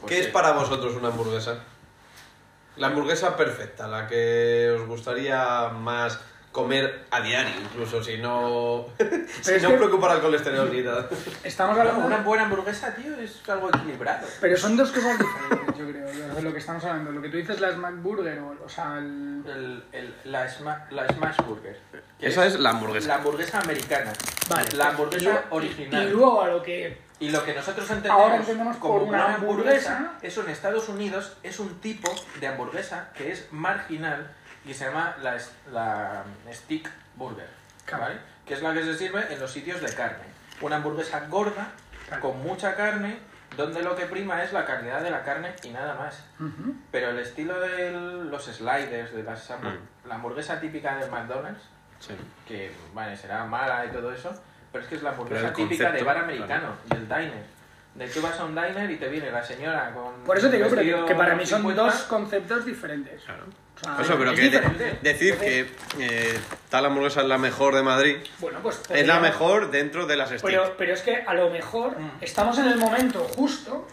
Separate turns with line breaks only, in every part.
Pues
¿Qué es
sí.
para vosotros una hamburguesa? La hamburguesa perfecta, la que os gustaría más comer a diario, incluso si no, si
es
no
que-
preocupar al colesterol ni nada.
Estamos
Claro,
hablando
Una buena hamburguesa, tío, es algo equilibrado.
Pero son dos cosas diferentes, yo creo, de- de lo que estamos hablando. Lo que tú dices, la Smack Burger, o, o sea, el...
El- el- la, sma- la Smash Burger. que
Esa es la hamburguesa.
La hamburguesa americana.
Vale. pues,
La hamburguesa
Y-
original.
Y luego a lo que...
Y lo que nosotros entendemos,
Ahora entendemos
como
por una hamburguesa,
eso en Estados Unidos es un tipo de hamburguesa que es marginal y se llama la, es- la mm, stick burger,
Claro.
¿vale? Que es la que se sirve en los sitios de carne. Una hamburguesa gorda,
Claro.
con mucha carne, donde lo que prima es la calidad de la carne y nada más.
Ujú.
Pero el estilo de los sliders, de las hambu- la hamburguesa típica de McDonald's,
Sí.
que vale, será mala y todo eso, pero es que es la hamburguesa
Pero el
típica
concepto,
de bar
claro.
americano, del diner. De tú vas a un diner y te viene la señora con.
Por eso te digo, pero
vestido
que, que para mí son
50.
dos conceptos diferentes.
Claro.
O sea,
Por eso, pero
es
que de-
diferente.
decir que eh, tal hamburguesa es la mejor de Madrid,
Bueno, pues...
es la
podríamos-
mejor dentro de las sticks.
Pero, pero es que a lo mejor
Mm.
estamos en el momento justo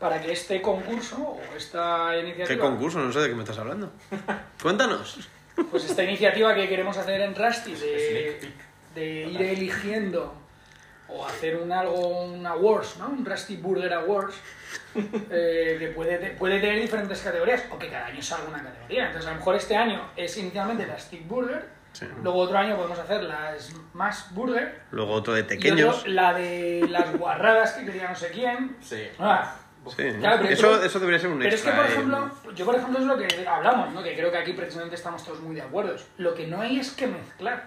para que este concurso o esta iniciativa...
¿Qué concurso? No sé de qué me estás hablando. Cuéntanos.
Pues esta iniciativa que queremos hacer en Rusty
Sneak
de,
peek.
de ir eligiendo o hacer un algo, un awards, ¿no? Un Rusty Burger Awards eh, que puede, te- puede tener diferentes categorías o que cada año salga una categoría. Entonces a lo mejor este año es inicialmente la Stick Burger,
Sí.
luego otro año podemos hacer la Smash Burger
Luego otro de
y
pequeños.
otro la de las guarradas que quería no sé quién.
Sí.
Ah,
Sí.
Claro, pero
eso,
tú-
eso debería ser un
pero es que,
extra.
por
eh.
ejemplo, yo por ejemplo es lo que hablamos, ¿no? Que creo que aquí precisamente estamos todos muy de acuerdo. Lo que no hay es que mezclar.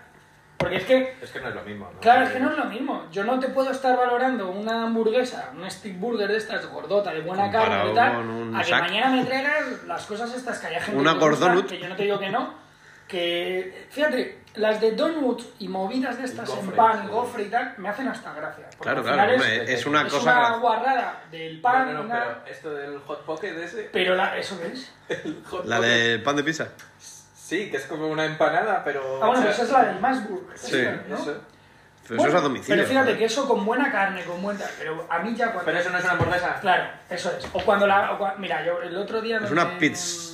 Porque es que,
Es que no es lo mismo, ¿no?
claro, es que no es lo mismo. Yo no te puedo estar valorando una hamburguesa, una stick burger de estas gordota, de buena carne
Comparado
y tal,
con un
a que
sac.
mañana me traigas las cosas estas que hay gente
Una
que, le gusta,
gordonut.
que yo no te digo que no. Que, fíjate, las de donuts y movidas de estas en
gofres,
pan,
sí.
gofre y tal, me hacen hasta gracia. Porque
Claro,
al
claro,
final
hombre,
es,
es, una
es
cosa.
una guarrada del
No,
pan,
no, no,
una-
pero esto del hot pocket ese.
pero la, eso qué es.
el hot
La
pocket,
del pan de pizza.
Sí, que es como una empanada, pero.
Ah, bueno,
o sea,
esa es la del Masburg.
Sí.
¿no?
eso.
Pero
Bueno,
eso es a domicilio.
Pero fíjate
joder.
que eso con buena carne, con buena. Pero a mí ya cuando.
Pero eso no es una hamburguesa.
Claro, eso es. O cuando la. o cua- Mira, yo el otro día.
Es
donde-
una pizza.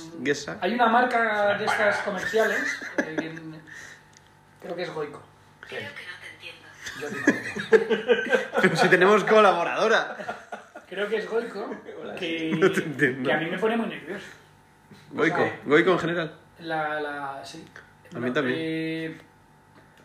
Hay una marca de estas
empanada.
comerciales. eh, que- Creo que es Goico.
Creo que no te entiendo.
Yo digo.
Pero si tenemos colaboradora.
Creo que es Goico. Que,
No te entiendo.
que a mí me pone muy nervioso.
Goico. Goico en general.
La. la sí.
A mí también.
eh,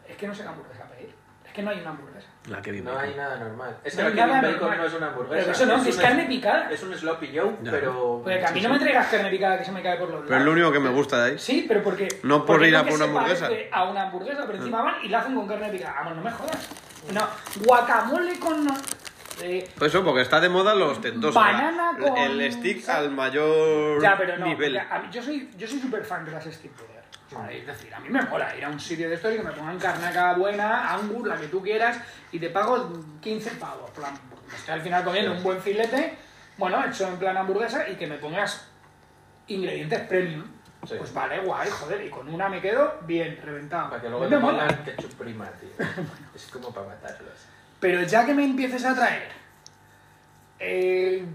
es que no sé qué hamburguesa pedir. Es que no hay una hamburguesa.
La que vive.
No hay nada normal. Es que
No hay
aquí un
nada
bacon
normal.
no es una hamburguesa.
Pero eso no, que es
un-
carne picada.
Es un sloppy joe,
Ya.
pero.
Porque que a mí
Sí, sí.
no me traigas carne picada que se me cae por los lados.
Pero es lo único que me gusta de ahí.
Sí, pero porque.
No por
porque
ir a
que
por una
se
hamburguesa. Ah.
parece A una hamburguesa, pero encima van y la hacen con carne picada. Vamos, no me jodas. No, guacamole con. eh,
Por Pues eso, porque está de moda lo ostentoso.
Banana
la-
con-
El stick al mayor
ya, pero no.
nivel.
ya, a mí- yo soy yo soy súper fan de las Steam Burger. O sea, Es decir, a mí me mola ir a un sitio de estos y que me pongan carnaca buena, angus, la que tú quieras, y te pago 15 pavos. en plan, porque me estoy al final comiendo un buen filete, bueno, hecho en plan hamburguesa, y que me pongas ingredientes premium.
Sí.
Pues vale, guay, joder, y con una me quedo bien, reventado.
Para que luego
Me
te
mola.
pongan ketchup prima, tío. Es como para matarlos.
Pero ya que me empieces a traer eh,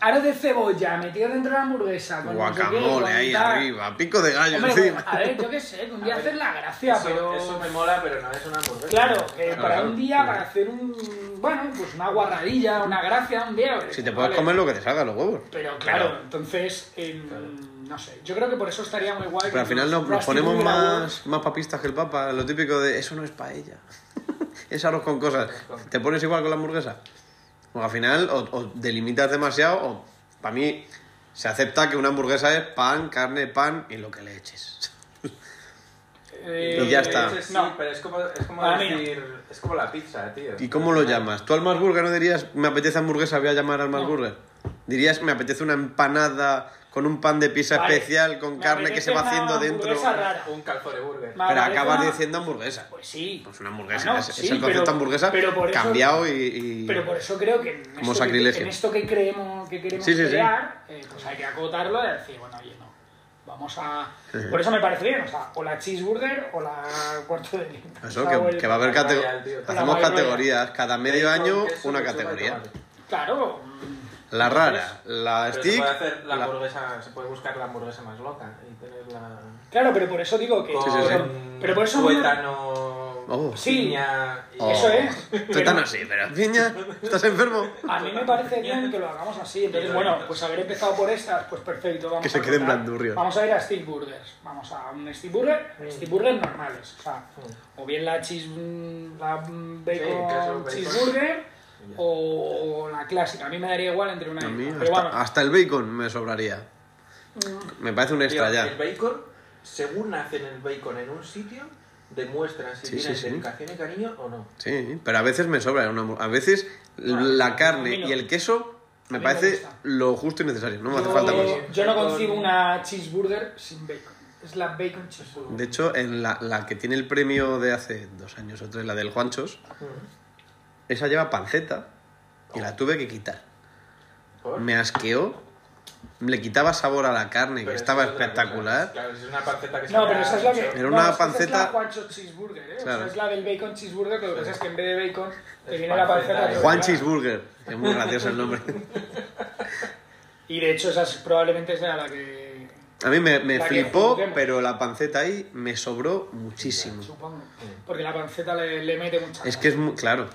aro de cebolla metido dentro de la hamburguesa, con no sé qué, con
Guacamole ahí
tal.
arriba. Pico de gallo
Hombre,
encima.
a ver, yo qué sé, que un día
A ver,
hacer la gracia,
eso,
pero.
eso me mola, pero no es una hamburguesa.
Claro, que para
claro.
un día, para hacer un. Bueno, pues una guarradilla, una gracia, un día.
Si te puedes
vale.
comer lo que te salga, los huevos.
Pero claro, entonces. em, No sé, yo creo que por eso estaría muy guay. que
Pero al final nos, nos
Rusty
ponemos
Burger Awards-
más, más papistas que el papa. Lo típico de eso no es paella. es arroz con cosas. ¿Te pones igual con la hamburguesa? Pues al final o, o delimitas demasiado o para mí se acepta que una hamburguesa es pan, carne, pan y lo que le eches.
Eh,
Y ya está.
Sí, sí,
No.
pero es como, es como
Para mí no.
decir. Es como la pizza, tío.
¿Y cómo lo llamas? ¿Tú al más burger no dirías me apetece hamburguesa, voy a llamar al más
No.
burger? Dirías me apetece una empanada con un pan de pizza
Vale.
especial, con
Me
carne que
apetece
se va
una
haciendo dentro.
hamburguesa rara.
Un calzone burger.
Ma-
Pero
Vale,
acabas
una-
diciendo hamburguesa.
Pues sí.
Pues una hamburguesa,
Ah, no,
es, es
sí,
el concepto
pero-
hamburguesa
pero por eso-
cambiado y, y-
Pero por eso creo que en,
Mm. Como
esto, que,
sacrilegio.
en esto que creemos que queremos
Sí, sí, sí.
crear, eh, pues hay que acotarlo y decir, bueno, oye, no. Vamos a. Por eso me parece bien, o sea, o la cheeseburger o la cuarto de libra.
Eso,
O sea, o
que,
el-
que va a haber cate-
Royal, tío.
Hacemos
La Royal.
categorías, cada medio
Bacon,
año
queso,
una
lechuga y
categoría.
tomate.
Claro, mm,
La rara, la
Pero se
stick.
puede hacer la
la-
hamburguesa, se puede buscar la hamburguesa más loca y tener la
Claro, pero por eso digo que.
con
sí, sí.
Pero por eso.
tuétano,
Oh.
Sí.
piña y-
Oh.
Eso es.
Estoy tan así, pero piña, ¿estás enfermo?
A mí me parece bien que lo hagamos así. Entonces, bueno, pues haber empezado por estas, pues perfecto. Vamos
Que se
a
queden
empezar.
blandurrios.
Vamos a ir a Steve Burgers. Vamos a un Steve Burger,
Mm.
Steve Burger normales. O sea, o bien la cheese, la bacon,
queso, bacon.
cheeseburger o la clásica. A mí me daría igual entre una y
A mí
otra.
hasta,
Pero bueno, Mm.
hasta el bacon me sobraría. Me parece un extra
Tío,
ya.
El bacon, según hacen el bacon en un sitio, demuestra si
Sí,
tiene
sí, sí.
dedicación y cariño o no.
Sí, pero a veces me sobra. una hamburg- a veces la
Ah, a
carne
mí no.
y el queso me
A mí me
parece
gusta.
lo justo y necesario. No me hace
yo,
falta más.
más.
yo no concibo una cheeseburger sin bacon. Es la bacon cheeseburger.
De hecho, en la, la que tiene el premio de hace dos años o tres, la del Juanchos, Mm. esa lleva panceta y la tuve que quitar.
¿Por?
Me asqueó, le quitaba sabor a la carne,
Pero
que
eso
estaba
es otra cosa.
espectacular.
Claro, si es una panceta que se
No,
haga
pero esa es la que.
mucho.
Era
no,
una
es que esa Es
panceta-
la Juancho Cheeseburger, ¿eh? O sea,
Claro.
es la del bacon cheeseburger, que lo que pasa es que en vez de bacon te
Es
viene la panceta.
panceta,
pero
es
Juan
claro.
Cheeseburger, es muy gracioso el nombre.
Y de hecho, esa es- probablemente sea la que.
A mí me, me
La que
flipó,
juzguemos.
pero la panceta ahí me sobró muchísimo.
Supongo. Porque la panceta le, le mete mucha.
Es que es muy claro.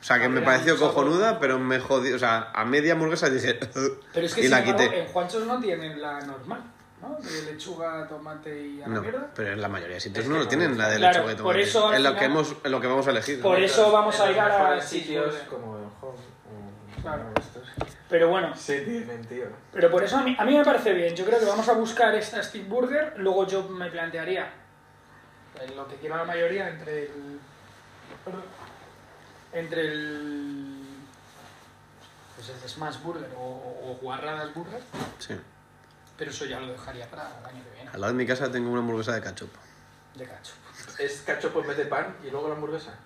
O sea, que me
Había
pareció
mucho sabor.
cojonuda, pero me jodió. O sea, a media hamburguesa dije.
Pero es que
y
sin
la
embargo,
quité.
en Juanchos no tienen la normal, ¿no? De lechuga, tomate y a la
No,
mierda.
pero en la mayoría de sitios
Es
no
que
lo
no.
tienen, la de
Claro,
lechuga y
por
tomate.
eso al
Es lo que,
final-
hemos, es lo que vamos a elegir.
Por
¿no?
eso
En
vamos a
los
ir a la-
mejores sitios
sí,
como en Home o
Claro.
como estos.
Pero bueno,
Sí, tienen, tío.
pero por eso a mí, a mí me parece bien. Yo creo que vamos a buscar esta stick burger. Luego yo me plantearía eh, lo que quiera la mayoría entre el. Entre el. Pues el Smash Burger o, o Guarradas Burger.
Sí.
Pero eso ya lo dejaría para el año que viene.
Al lado de mi casa tengo una hamburguesa de cachopo.
De cacho.
Es cachopo en vez de pan y luego la hamburguesa.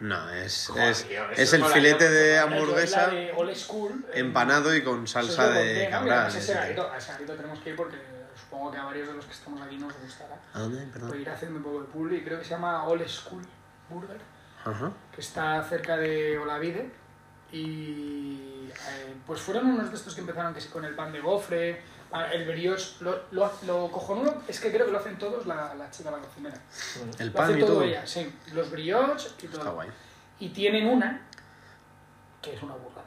No, es,
Joder,
es,
tío, eso
es el
mola,
filete
yo-
de
yo-
hamburguesa
La de Old School. eh,
empanado y con salsa
eso es lo
de
conté, ¿no?
cabra.
Mira, pues ese
etcétera.
garito- A ese garito tenemos que ir porque supongo que a varios de los que estamos aquí nos gustará.
¿A dónde?
Voy a
Perdón.
ir haciendo un poco de publi. Creo que se llama Old School Burger,
Ajá.
que está cerca de Olavide. Y eh, pues fueron unos de estos que empezaron que sí, con el pan de gofre, ah, el brioche. Lo, lo, lo cojonudo es que creo que lo hacen todos la, la chica, la cocinera.
El
Lo hace
pan y
todo, Pues
todo.
ella, sí. Los brioches y todo.
Está guay.
Y tienen una que es una burla,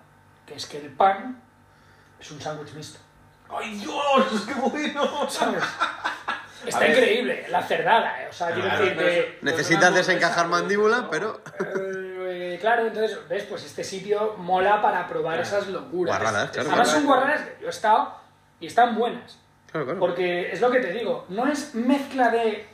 que es que el pan es un sándwich mixto.
¡Ay, Dios! ¡Qué bueno!
¿sabes? Está
ver.
increíble, la cerdada, eh, o sea, quiero
Claro,
decir
pero eso-
que...
Necesitas
hamburguesa,
desencajar
pues,
mandíbula,
no.
pero.
eh, claro, entonces, ¿ves? Pues este sitio mola para probar esas locuras.
Guarradas, claro,
Además son
claro.
guarradas que yo he estado y están buenas.
Claro, claro.
Porque es lo que te digo, no es mezcla de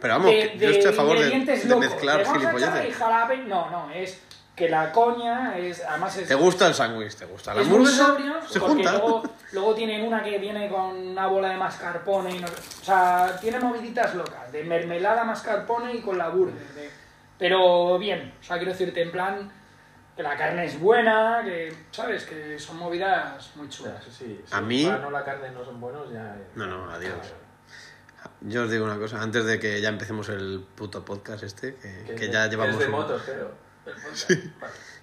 Pero vamos,
de-
que
de
yo estoy a favor de,
ingredientes
de
locos.
mezclar
Le vamos a echar ahí
gilipolleces.
jarabe. No, no, es que la coña es. Además es.
Te gusta el sándwich, te gusta la
es muy
hamburguesa.
sobrio,
Se
porque
junta.
Luego, luego tienen una que viene con una bola de mascarpone. Y no, o sea, tiene moviditas locas, de mermelada, mascarpone y con la burger. de- pero bien, o sea, quiero decirte, en plan, que la carne es buena, que, ¿sabes? Que son movidas muy
Ya,
chulas.
sí, sí,
A
sí,
mí-
el pan o la carne no son buenos, ya... eh,
No, no, adiós. Yo os digo una cosa, antes de que ya empecemos el puto podcast este, que, que ya llevamos...
Es de
un-
motos, creo. Vale.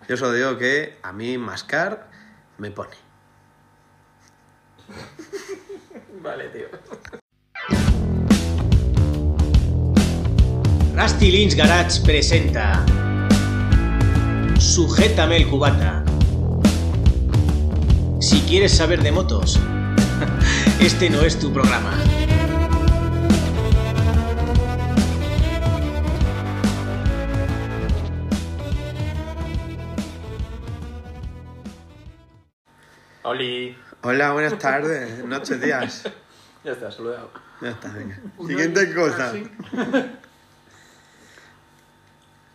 Yo solo digo que a mí mascar me pone.
Vale, tío.
Rusty Lynch Garage presenta Sujétame el cubata. Si quieres saber de motos, este no es tu programa.
Oli.
Hola, buenas tardes, noches, días.
Ya está, saludado.
Ya está, venga. Siguiente cosa.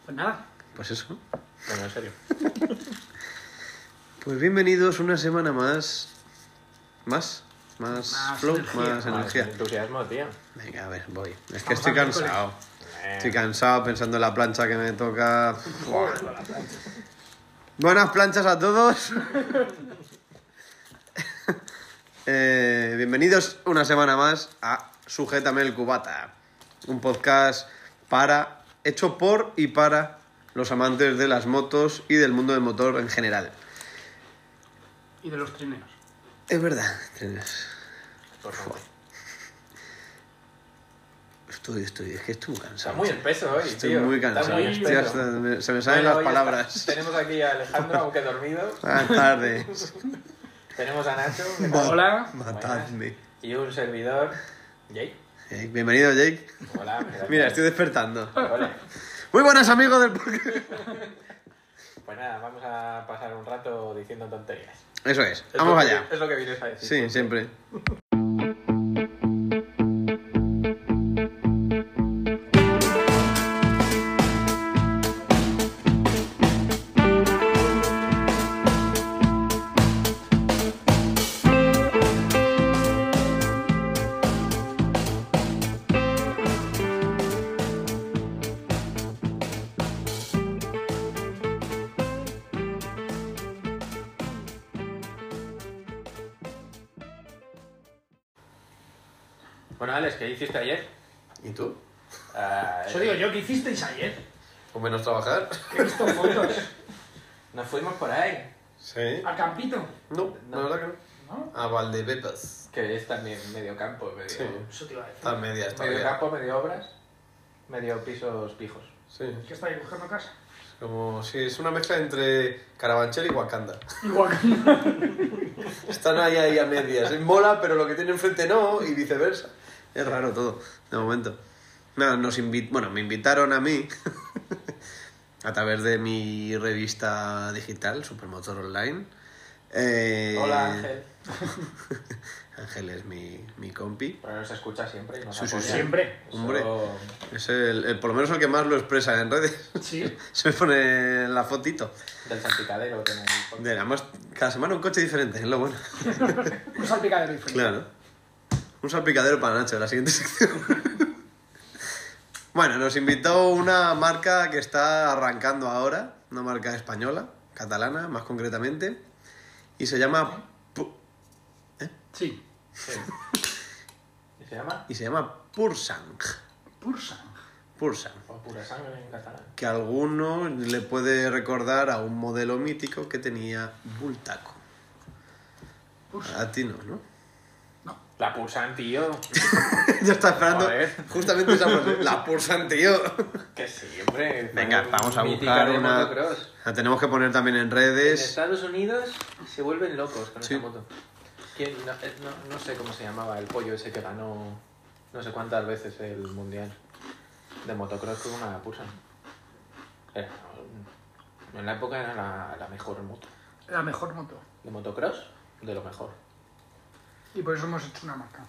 Pues nada,
Pues eso.
Bueno, en serio.
Pues bienvenidos una semana más... ¿Más? Más,
Más
flow,
energía.
más
Ah,
energía.
Entusiasmo, tío.
Venga, a ver, voy. Es que
Vamos
estoy
al miércoles.
cansado. Estoy cansado pensando en la plancha que me toca. Buah. Buenas planchas a todos. Eh, bienvenidos una semana más a Sujétame el Cubata, un podcast para hecho por y para los amantes de las motos y del mundo del motor en general.
y de los trineos.
Es verdad. Tienes-
Por favor.
Estoy, estoy, es que estoy muy
Está
cansado.
muy espeso hoy,
Estoy
tío.
muy
Está
cansado.
muy
hostia,
espeso.
se me- se me salen
Bueno,
las
hoy está-
palabras.
Tenemos aquí a Alejandro, aunque dormido.
Buenas tardes.
Tenemos a Nacho. ¿qué tal?
Hola.
Matadme.
Y un servidor. Jake.
Eh, bienvenido, Jake.
Hola. ¿qué tal?
Mira, estoy despertando.
Hola.
Muy buenas, amigos del podcast.
Pues nada, vamos a pasar un rato diciendo tonterías.
Eso es.
Es
Vamos
lo que-
allá.
Es lo que vienes a decir.
Sí, siempre.
Bueno, Alex, ¿qué hiciste ayer?
¿Y tú?
Ah,
Eso digo yo, ¿qué hicisteis ayer?
¿Con menos trabajar?
He visto fotos.
Nos fuimos por ahí.
Sí.
Al campito.
No,
No.
la verdad
¿No?
no. Ah, A Valdepepas.
Que es también medio campo, medio,
Sí.
Eso te iba a decir.
Está medias
medio
todavía.
campo, medio obras, medio pisos pijos.
Sí.
¿Qué estáis buscando casa?
Como, sí, es una mezcla entre Carabanchel y Wakanda.
Igual.
Están ahí, ahí a medias. Eh, Mola, pero lo que tiene enfrente no, y viceversa. Es raro todo, de momento. Nada, nos invi- bueno, me invitaron a mí a través de mi revista digital, Supermotor Online. Eh,
Hola Ángel.
Ángel es mi, mi compi.
Pero nos escucha siempre y nos
Sí, Pues sí,
apoya.
sí.
Siempre.
Eso-
Hombre. Es el, el- por lo menos el que más lo expresa en redes.
Sí.
Se me pone la fotito.
Del salpicadero tiene el podcast.
De, además, cada semana un coche diferente, es lo bueno.
Un salpicadero diferente.
Claro. Un salpicadero para Nacho, la siguiente sección. bueno, nos invitó una marca que está arrancando ahora, una marca española, catalana más concretamente, y se llama Pu-
Sí.
Sí. ¿Y se llama?
y se llama Pursang.
Pursa.
Pursang.
O pura sangre en catalán.
Que a alguno le puede recordar a un modelo mítico que tenía Bultaco.
Pursa.
A ti no, ¿no?
La Pulsan, tío.
Yo estaba esperando
Joder.
justamente esa frase. La Pursang, tío.
Que siempre.
Venga, vamos a
Mítica
buscar
de
una-
motocross.
La tenemos que poner también en
En
redes.
Estados Unidos se vuelven locos con
Sí.
esa moto. ¿Quién? No, eh, no- no sé cómo se llamaba el pollo ese que ganó no sé cuántas veces el mundial de motocross con una Pulsan. Era, en la época era la, la mejor moto.
La mejor moto.
De motocross, de lo mejor.
Y por eso hemos hecho una marca.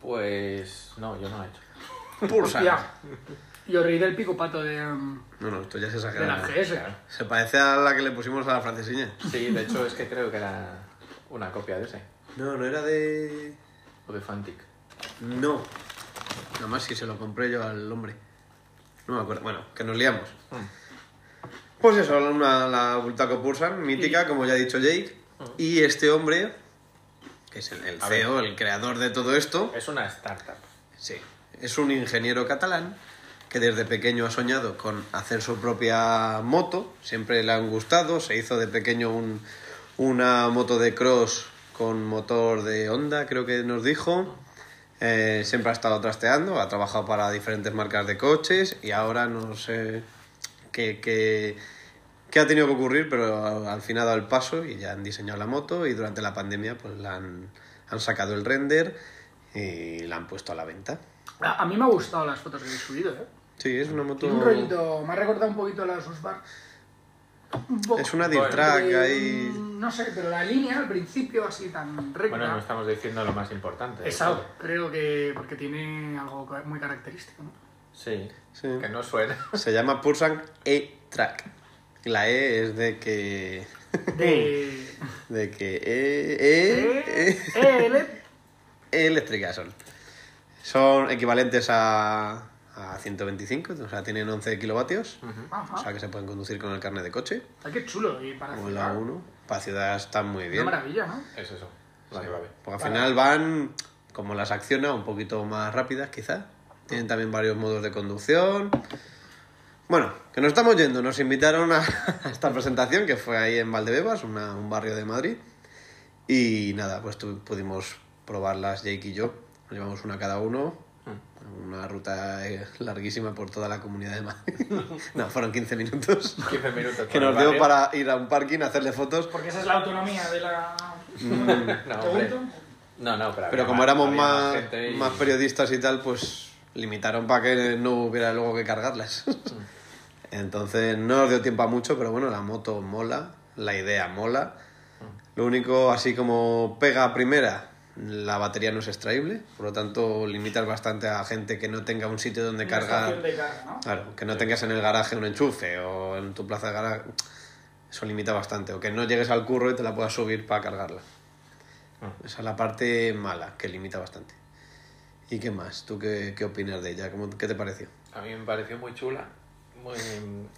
Pues no, yo no he hecho.
Pursang.
Ya. Y os reí del pico pato de, um,
No, no, esto ya se
de la
exagera.
GS.
Se parece a la que le pusimos a la francesiña.
Sí, de hecho es que creo que era una copia de ese,
No, no era de.
o de Fantic.
No. Nada más si se lo compré yo al hombre. No me acuerdo. Bueno, que nos liamos.
Mm.
Pues eso, una, la Bultaco Pursan, mítica, como ya ha dicho Jake. Y este hombre, que es el, el
Mm. A ver.
CEO, el creador de todo esto,
Es una startup.
sí, es un ingeniero catalán que desde pequeño ha soñado con hacer su propia moto. Siempre le han gustado. Se hizo de pequeño un- una moto de cross con motor de Honda, creo que nos dijo. Eh, siempre ha estado trasteando, ha trabajado para diferentes marcas de coches y ahora no sé qué, qué- qué ha tenido que ocurrir, pero al final ha dado el paso y ya han diseñado la moto y durante la pandemia pues la han, han sacado el render y la han puesto a la venta.
A, a mí me han gustado las fotos que habéis subido, ¿eh?
Sí, es una moto...
Tiene un rollito, me ha recordado un poquito a la Susbar. Un poco.
Es una
Bueno,
dirt track
Eh,
ahí...
No sé, pero la línea al principio así tan recta.
Bueno, no estamos diciendo lo más importante.
Exacto, creo que porque tiene algo ca- muy característico, ¿no?
Sí,
Sí.
que no suena.
Se llama Pursan E-Track. La E es de que...
De... E.
De que... E... E... e.
Eh, eh,
eléctricas son. Son equivalentes a, a 125, o sea, tienen 11 kilovatios, o sea,
Ajá.
que se pueden conducir con el carnet de coche,
Ah, qué chulo, y para
o
hacer
el A1. Para ciudad están muy
una
bien.
maravilla, ¿no?
Es eso. Vale, vale.
Porque Pues al final van, como las acciona, un poquito más rápidas, quizás. Tienen también varios modos de conducción. Bueno, que nos estamos yendo. Nos invitaron a, a esta presentación que fue ahí en Valdebebas, una- un barrio de Madrid. Y nada, pues tu- pudimos probarlas Jake y yo. Nos llevamos una cada uno. Una ruta eh, larguísima por toda la comunidad de Madrid. no, fueron 15 minutos.
15 minutos.
Que
por el
nos dio
barrio.
para ir a un parking, hacerle fotos.
Porque esa es la autonomía de la...
No, hombre.
¿Pregunto?
No, no, pero.
Pero
había
como éramos
había
más,
gente y-
más periodistas y tal, pues limitaron para que no hubiera luego que cargarlas. Entonces no nos dio tiempo a mucho, pero bueno, la moto mola, la idea mola.
Mm.
Lo único, así como pega a primera, la batería no es extraíble, por lo tanto limitas bastante a gente que no tenga un sitio donde
Una estación
cargar.
de carga, ¿no?
Claro, que no tengas en el garaje un enchufe o en tu plaza de garaje. Eso limita bastante. O que no llegues al curro y te la puedas subir para cargarla.
Ah.
Esa es la parte mala, que limita bastante. ¿Y qué más? ¿Tú qué, qué opinas de ella? ¿Cómo, ¿Qué te pareció?
A mí me pareció muy chula. Muy.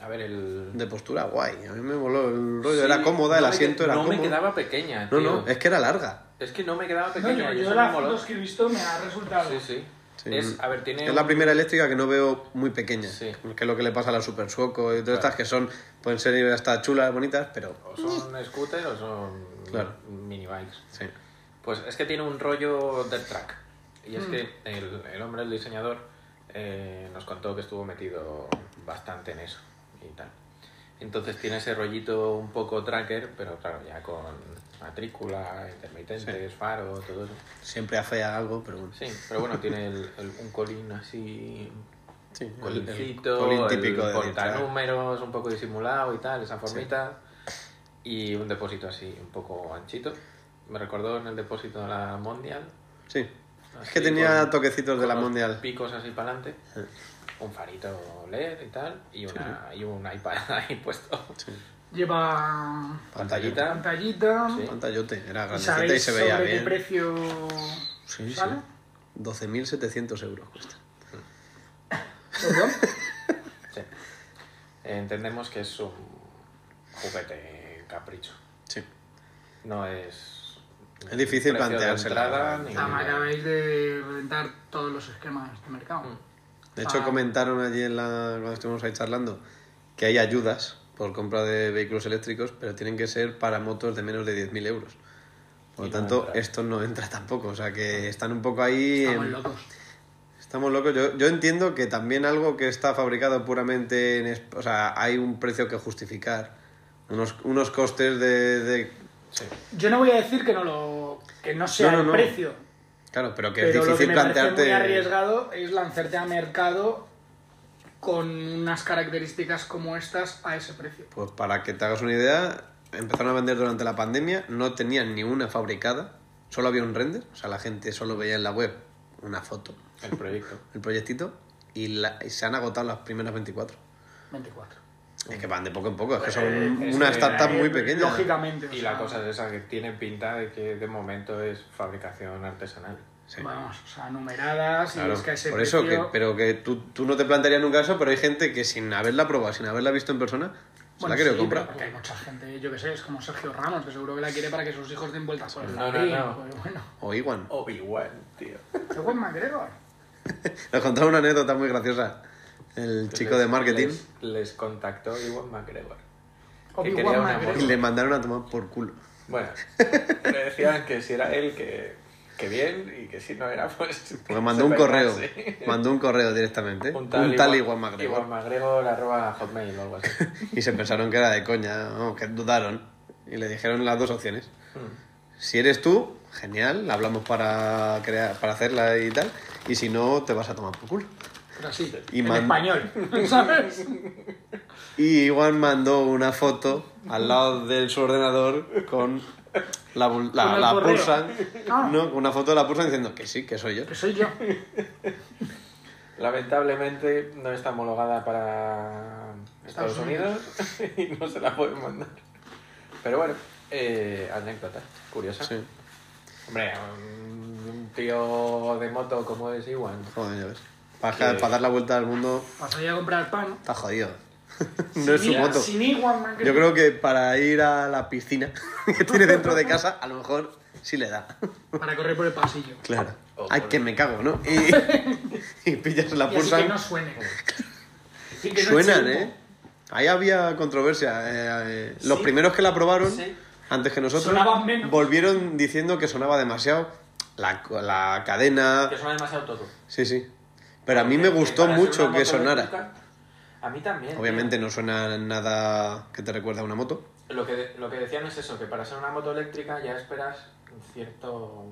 A ver, el.
De postura, guay. A mí me voló el rollo.
Sí,
era cómoda, el
no me que-
asiento era
No
cómodo.
me quedaba pequeña,
no,
tío.
no, es que era larga.
Es que no me quedaba
No,
pequeña.
yo,
y
yo
eso
las
me moló.
fotos que he visto me ha resultado.
Sí, sí.
Sí.
Es, a ver, tiene.
Es la
un-
primera eléctrica que no veo muy pequeña.
Sí.
Que es lo que le pasa a la Super Sueco y todas estas que son, pueden ser hasta chulas, bonitas, pero.
O son scooters o son
Claro.
minibikes.
Sí.
Pues es que tiene un rollo del track. Y es que el, el hombre, el diseñador, eh, nos contó que estuvo metido bastante en eso y tal. Entonces tiene ese rollito un poco tracker, pero claro, ya con matrícula, intermitentes, faro, todo eso.
Siempre afea algo, pero bueno.
Sí, pero bueno, tiene el- el- un colín así,
Sí, el- el
colincito,
colín
típico
de ¿eh? Detroit.
números un poco disimulado y tal, esa formita. Y un depósito así, un poco anchito. Me recordó en el depósito de la Mondial,
Sí. Es
Así,
que tenía
con-
toquecitos de
con
la
los
mundial.
Picos así para adelante. Un farito LED y tal. Y, una, y un iPad ahí puesto.
Lleva
Pantallita.
Pantallita.
pantallita.
Sí.
Pantallote. Era
¿Y
grandecita y
sabéis
se veía
sobre qué
bien.
precio
Sí, sí.
sale?
12.700 euros cuesta.
¿Perdón?
Sí. Entendemos que es un juguete capricho.
Sí.
No es.
Es
precio
difícil
de
planteárselo.
entrada ni-
Ah, me acabáis de reventar todos los esquemas de este mercado.
Mm. De hecho,
Ah.
comentaron allí en la... cuando estuvimos ahí charlando que hay ayudas por compra de vehículos eléctricos, pero tienen que ser para motos de menos de 10.000 euros. Por
Y
lo
no
tanto,
entra.
esto no entra tampoco. O sea que están un poco ahí.
Estamos
en-
locos.
Estamos locos. Yo, yo entiendo que también algo que está fabricado puramente en... es- O sea, hay un precio que justificar. Unos, unos costes de... de-
Sí.
Yo no voy a decir que no lo que no sea
No, no,
el
no.
precio,
Claro, pero que
pero
es
lo que
difícil
me
plantearte...
parece muy arriesgado es lanzarte a mercado con unas características como estas a ese precio.
Pues para que te hagas una idea, empezaron a vender durante la pandemia, no tenían ni una fabricada, solo había un render, o sea, la gente solo veía en la web una foto,
El proyecto.
el proyectito, y, la- y se han agotado las primeras 24.
24.
Es que van de poco en poco, es que son
es
una
que,
startup
Eh,
muy pequeña.
Lógicamente. o
Y
sea,
la cosa es esa que tiene pinta de que de momento es fabricación artesanal.
Sí.
Vamos, o sea, numeradas
Claro,
y es que a ese
por eso, que,
precio...
pero que tú, tú no te plantearías nunca eso, pero hay gente que sin haberla probado, sin haberla visto en persona, se la
Bueno,
ha querido
sí,
comprar.
pero Porque hay mucha gente, yo que sé, es como Sergio Ramos, que seguro que la quiere para que sus hijos den vueltas por el
No, no,
jardín,
no.
pues bueno,
O Iwan.
Obi-Wan, tío.
qué buen McGregor.
Nos contaron una anécdota muy graciosa. El chico de
Les-
marketing.
Les, les contactó Iwan McGregor.
Obi-Wan
quería una
McGregor.
Y le mandaron a tomar por culo.
Bueno, le decían que si era él, que, que bien, y que si no era, pues.
Porque mandó
se
un correo.
peinase.
Mandó un correo directamente. Un tal, igual McGregor.
Iwan McGregor arroba hotmail o algo así.
Y se pensaron que era de coña, vamos, que dudaron. Y le dijeron las dos opciones. Si eres tú, genial, hablamos para, crear, para hacerla y tal. Y si no, te vas a tomar por culo.
Pero así,
Y
en
man-
español, ¿sabes?
Y Juan mandó una foto al lado de su ordenador con la, bul- la,
Con el
la
correo.
pulsa.
Ah.
¿no? Con Una foto de la pulsa diciendo que sí, que soy yo.
Que soy yo.
Lamentablemente no está homologada para Estados
Estados Unidos.
Unidos y no se la pueden mandar. Pero bueno, eh, anécdota curiosa.
Sí,
Hombre, un, un tío de moto como es Iwan.
joder, ya ves. Para,
Que-
para dar la vuelta al mundo
Vas a ir a comprar pan.
está jodido. No es su
Mira,
moto.
Sin igual, man, que-
Yo creo que para ir a la piscina que tiene dentro de casa, a lo mejor sí le da.
Para correr por el pasillo.
Claro.
O
Ay,
por-
que me cago, ¿no? Y, y pillas la
Y así que
pulsa.
no suene. Sí, que no
Suenan,
es chimbo.
¿eh? Ahí había controversia. eh, eh, los
Sí.
primeros que la probaron,
Sí.
antes que nosotros,
Sonaban menos.
volvieron diciendo que sonaba demasiado la, la cadena.
Que suena demasiado todo.
Sí, sí. Pero a mí me gustó
Para ser
mucho
una
que
moto
sonara.
eléctrica, A mí también.
Obviamente no suena nada que te recuerda a una moto.
Lo que, lo que decían es eso, que para ser una moto eléctrica ya esperas un cierto...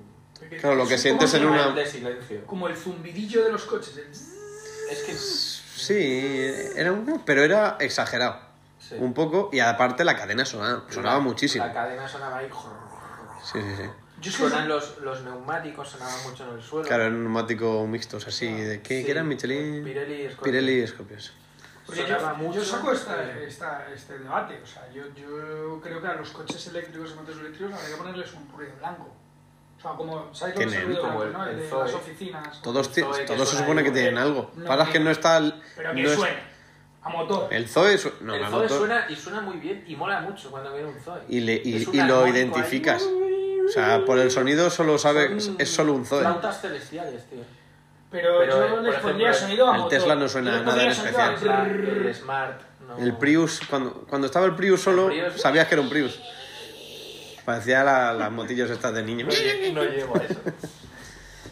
Claro, lo que
Es
sientes en
como-
una-
de silencio.
Como el zumbidillo de los coches. el zzzz.
Es que... Sí.
Sí, era un... pero era exagerado. Un poco, y aparte la cadena sonaba, sonaba muchísimo.
La cadena sonaba ahí...
Sí, sí, sí.
Yo soy
Sonan los, los neumáticos, sonaban mucho en el suelo.
Claro, eran neumáticos mixtos así, de ¿qué,
Sí,
qué eran? Michelin,
Pirelli y Scorpio.
Pirelli y Scorpio, sí.
Porque
Sonaba
yo,
mucho. eh,
yo saco esta, esta- este debate, o sea, yo, yo creo que a los coches eléctricos y motos eléctricos habría que ponerles un ruido blanco. O sea, como, ¿sabéis lo que es el
Tienen,
ruido
como
blanco,
el-
no? El
el
de
Zoe.
las oficinas.
Todos, ti-
Zoe que
todos se
suena
supone
ahí,
que tienen
eh,
algo.
no
Paras que
tiene-
no está... el-
Pero que
no es-
suene, a motor.
El Zoe... su- No,
el
la
Zoe
moto-
suena y suena muy bien y mola mucho cuando viene un Zoe.
Y, le- y-
Es un
y lo
armónico ¿eh?
identificas.
ahí.
O sea, por el sonido solo sabes...
Son
Es solo un Zoe.
Flautas celestiales, tío.
Pero,
Pero, eh,
yo
por
les
ejemplo,
pondría
el-
sonido a
el
motor.
Tesla no suena
Yo le
nada
pondría
en
sonido
especial.
a
El, Smart-
brrrr.
el Smart. No.
El Prius, cuando, cuando estaba el Prius solo,
El Prius.
sabías que era un Prius. Parecía la- las motillos estas de niños.
No, lle- no llego a eso.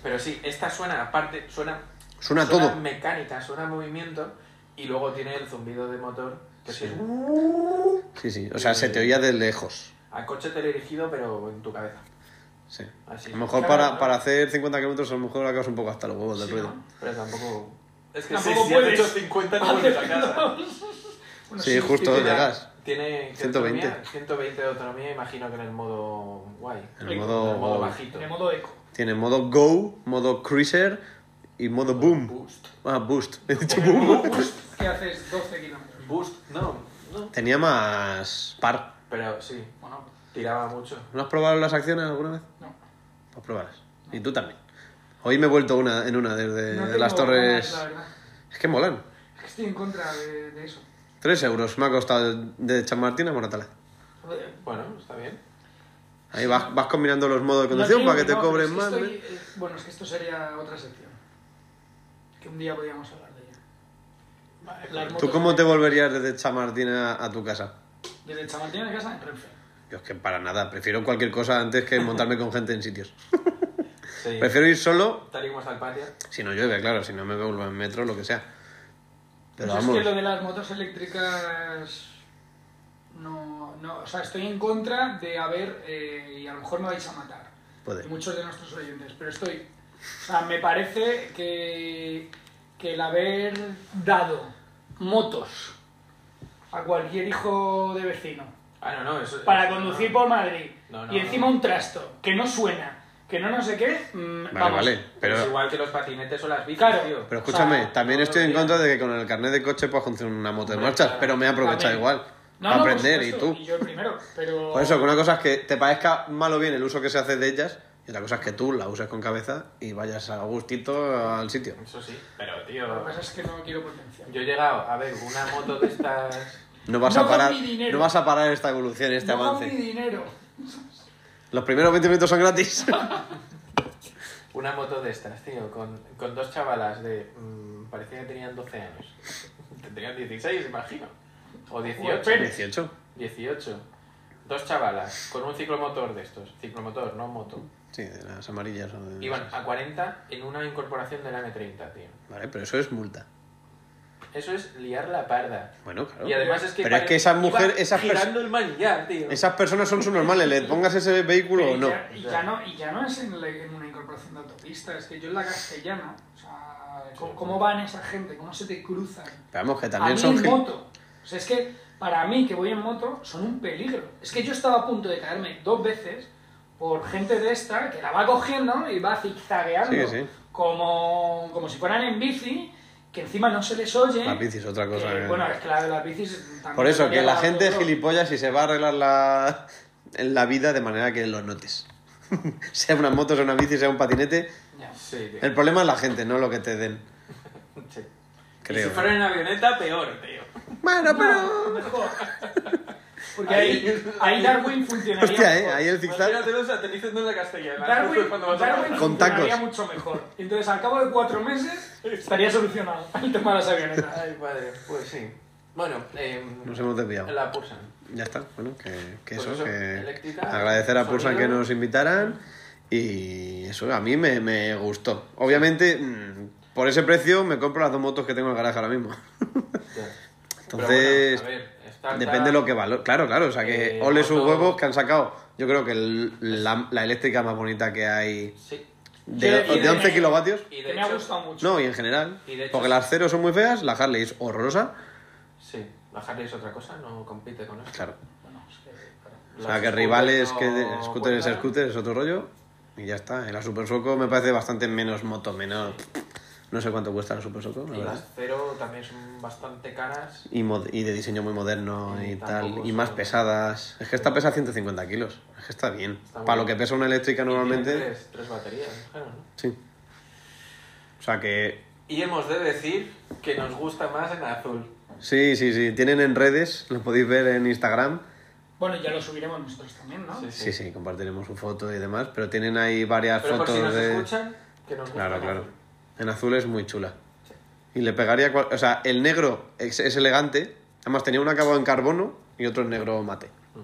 Pero sí, esta suena, aparte, suena.
Suena todo.
mecánica, suena movimiento y luego tiene el zumbido de motor. Que sí.
Sí.
es
Sí, sí. O sea, se te oía de lejos.
a coche teledirigido, pero en tu cabeza.
Sí.
Así.
A lo mejor
Claro,
para,
¿no?
para hacer 50 kilómetros a lo mejor acabas un poco hasta los huevos del
Sí,
ruido.
¿no?
Pero tampoco. Es que
Tampoco
si, si has
puedes.
hecho 50 no vuelves a casa.
Bueno,
Sí, justo
tiene-
llegas.
Tiene
120.
120. 120 de autonomía, imagino que en el modo guay.
En
Sí,
el
en el modo
modo...
bajito.
De modo eco.
Tiene modo Go, modo Cruiser y modo Boom.
Boost.
Ah, Boost. He dicho
Como
boom.
un bus que haces 12 kilómetros.
Boost, no, no.
Tenía más par.
Pero sí,
Bueno,
tiraba mucho.
¿No has probado las acciones alguna vez?
no.
Pues pruébalas. Y tú también. Hoy me he vuelto una en una desde
No
de
tengo
las torres.
ganas, la verdad.
Es que molan.
Es que estoy en contra de, de eso.
3 euros me ha costado de Chamartín a Moratala.
Joder.
Bueno, está bien.
Ahí vas, vas combinando los modos de
No
conducción
digo
para que te
no, pero
cobren
es que
más.
estoy-
¿eh?
eh, bueno, es que esto sería otra sección. Que un día podríamos hablar de ella. Las
¿Tú
motos-
cómo te volverías desde Chamartín a, a tu casa?
Desde Chamartín a casa en Renfe.
Yo es que para nada, prefiero cualquier cosa antes que montarme con gente en sitios.
Sí.
Prefiero ir solo,
Tal y como está el patio.
si no llueve, claro, si no me vuelvo en metro, lo que sea. Pero
Yo
vamos,
Pues Es que lo de las motos eléctricas. No, no, o sea, estoy en contra de haber. eh, y a lo mejor me vais a matar.
Puede.
y Muchos de nuestros oyentes, pero estoy. O sea, me parece que. que el haber dado motos a cualquier hijo de vecino
Ah, no, no, eso.
para
eso
conducir
no.
por Madrid
No, no,
y encima
no.
un trasto que no suena, que no no sé qué. mm,
Vale,
vamos.
vale.
Es
Pero,
igual que los patinetes o las bicis,
Claro.
tío.
pero escúchame,
o sea,
también
no,
estoy
no,
en
tío.
contra de que con el carnet de coche puedas conducir una moto de
Hombre,
marchas,
claro.
pero me he aprovechado
También.
igual.
No,
para
no, por
aprender, y
supuesto,
tú.
Y yo el primero, pero.
Por eso, que una cosa es que te parezca malo bien el uso que se hace de ellas, y otra cosa es que tú la uses con cabeza y vayas a gustito al sitio.
Eso sí. Pero,
Lo que
tío.
pasa es que no quiero potencial.
Yo he llegado a ver una moto de estas.
No vas
No
a
con
parar,
mi dinero.
no vas a parar esta evolución, este
no con mi
avance.
dinero.
Los primeros 20 minutos son gratis.
Una moto de estas, tío. Con, con dos chavalas de. mm, parecía que tenían 12 años. Tendrían 16, imagino. O 18.
Joder,
18.
18. Dos chavalas con un ciclomotor de estos. Ciclomotor, no moto.
Sí, de las amarillas. o de-
Iban a 40 en una incorporación de la M30, tío.
Vale, pero eso es multa.
Eso es liar la parda.
Bueno, claro.
Y además es que.
Pero es
pare-
que esas
iba
mujeres, esas, pers-
Girando el manillar, tío.
esas personas son subnormales, le pongas ese vehículo o
Y
no.
Eh, ya- Y ya no, y ya no es en, la- en una incorporación de autopista, es que yo en la castellana, o sea, ¿cómo, cómo van esa gente? ¿Cómo se te cruzan?
Pero vamos, que
a
también
mí
son
en
gen-
moto. O sea, es que para mí que voy en moto son un peligro. Es que yo estaba a punto de caerme dos veces por gente de esta que la va cogiendo y va zigzagueando.
Sí, sí.
Como, como si fueran en bici, que encima no se les oye.
Las bicis, otra
que,
cosa. que-
Bueno, es que la de las bicis también.
Por eso, que
sería
la
para
gente es
todo.
gilipollas y se va a arreglar la, la vida de manera que lo notes. sea una moto, sea una bici, sea un patinete.
Ya.
Sí, tío.
El problema es la gente, no lo que te den.
Sí.
Creo.
Y si fuera en avioneta, peor, tío.
Bueno, pero.
No, mejor. Porque ahí, ahí Darwin funcionaría.
Hostia, eh,
mejor.
ahí el zigzag.
Imagínatelo satelizando la castellana.
Darwin,
Justo cuando vas a-
Darwin
Con
funcionaría
tacos.
mucho mejor. Entonces, al cabo de cuatro meses, estaría solucionado el tema de las avionetas.
Ay, padre, pues sí. Bueno, em,
Nos hemos desviado.
la Pulsan.
Ya está, bueno, que, que
Pues
eso,
eso,
que
eléctrica,
agradecer a Pulsan que
sonido.
nos invitaran y eso a mí me, me gustó. Obviamente, mm, por ese precio me compro las dos motos que tengo en el garaje ahora mismo. Entonces,
Pero bueno, a ver, startup,
depende de lo que valor. Claro, claro, o sea que
eh,
ole sus
moto-
huevos que han sacado. Yo creo que el- la, la eléctrica más bonita que hay
Sí.
de,
Sí, y
de
de-
11 kilovatios.
Y de
Que me ha
hecho-
gustado mucho.
No, y en general.
Y de hecho-
Porque las cero son muy feas, la Harley es horrorosa.
Sí, la Harley es otra cosa, no compite con eso.
Claro.
Bueno, es que, claro.
O sea,
Las
que
scooters
rivales
no
que de- scooter es
cuentan.
scooter, es otro rollo. Y ya está. Y La Super Soco me parece bastante menos moto, menos. No sé cuánto cuesta la Super Soco, la
Y
verdad.
las cero también son bastante caras.
Y, mod- y de diseño muy moderno y,
Y
tal.
tampoco
Y más
son-
pesadas. Es que esta pesa 150 kilos. Es que está bien.
Está
Para
muy
lo que
bien.
pesa una eléctrica
Y
normalmente.
tienen Tres, tres baterías, claro, ¿no?
Sí. O sea que.
Y hemos de decir que nos gusta más en azul.
Sí, sí, sí. Tienen en redes, lo podéis ver en Instagram.
Bueno, ya lo subiremos nosotros también, ¿no?
Sí, sí.
Ah, Sí, sí, compartiremos su foto y demás. Pero tienen ahí varias
Pero por
fotos
si nos
de.
escuchan, pues que nos gusta
Claro,
en
claro.
azul.
En azul es muy chula. Y le pegaría. cual- O sea, el negro es, es elegante. Además, tenía un acabado en carbono y otro en negro mate.
Mm.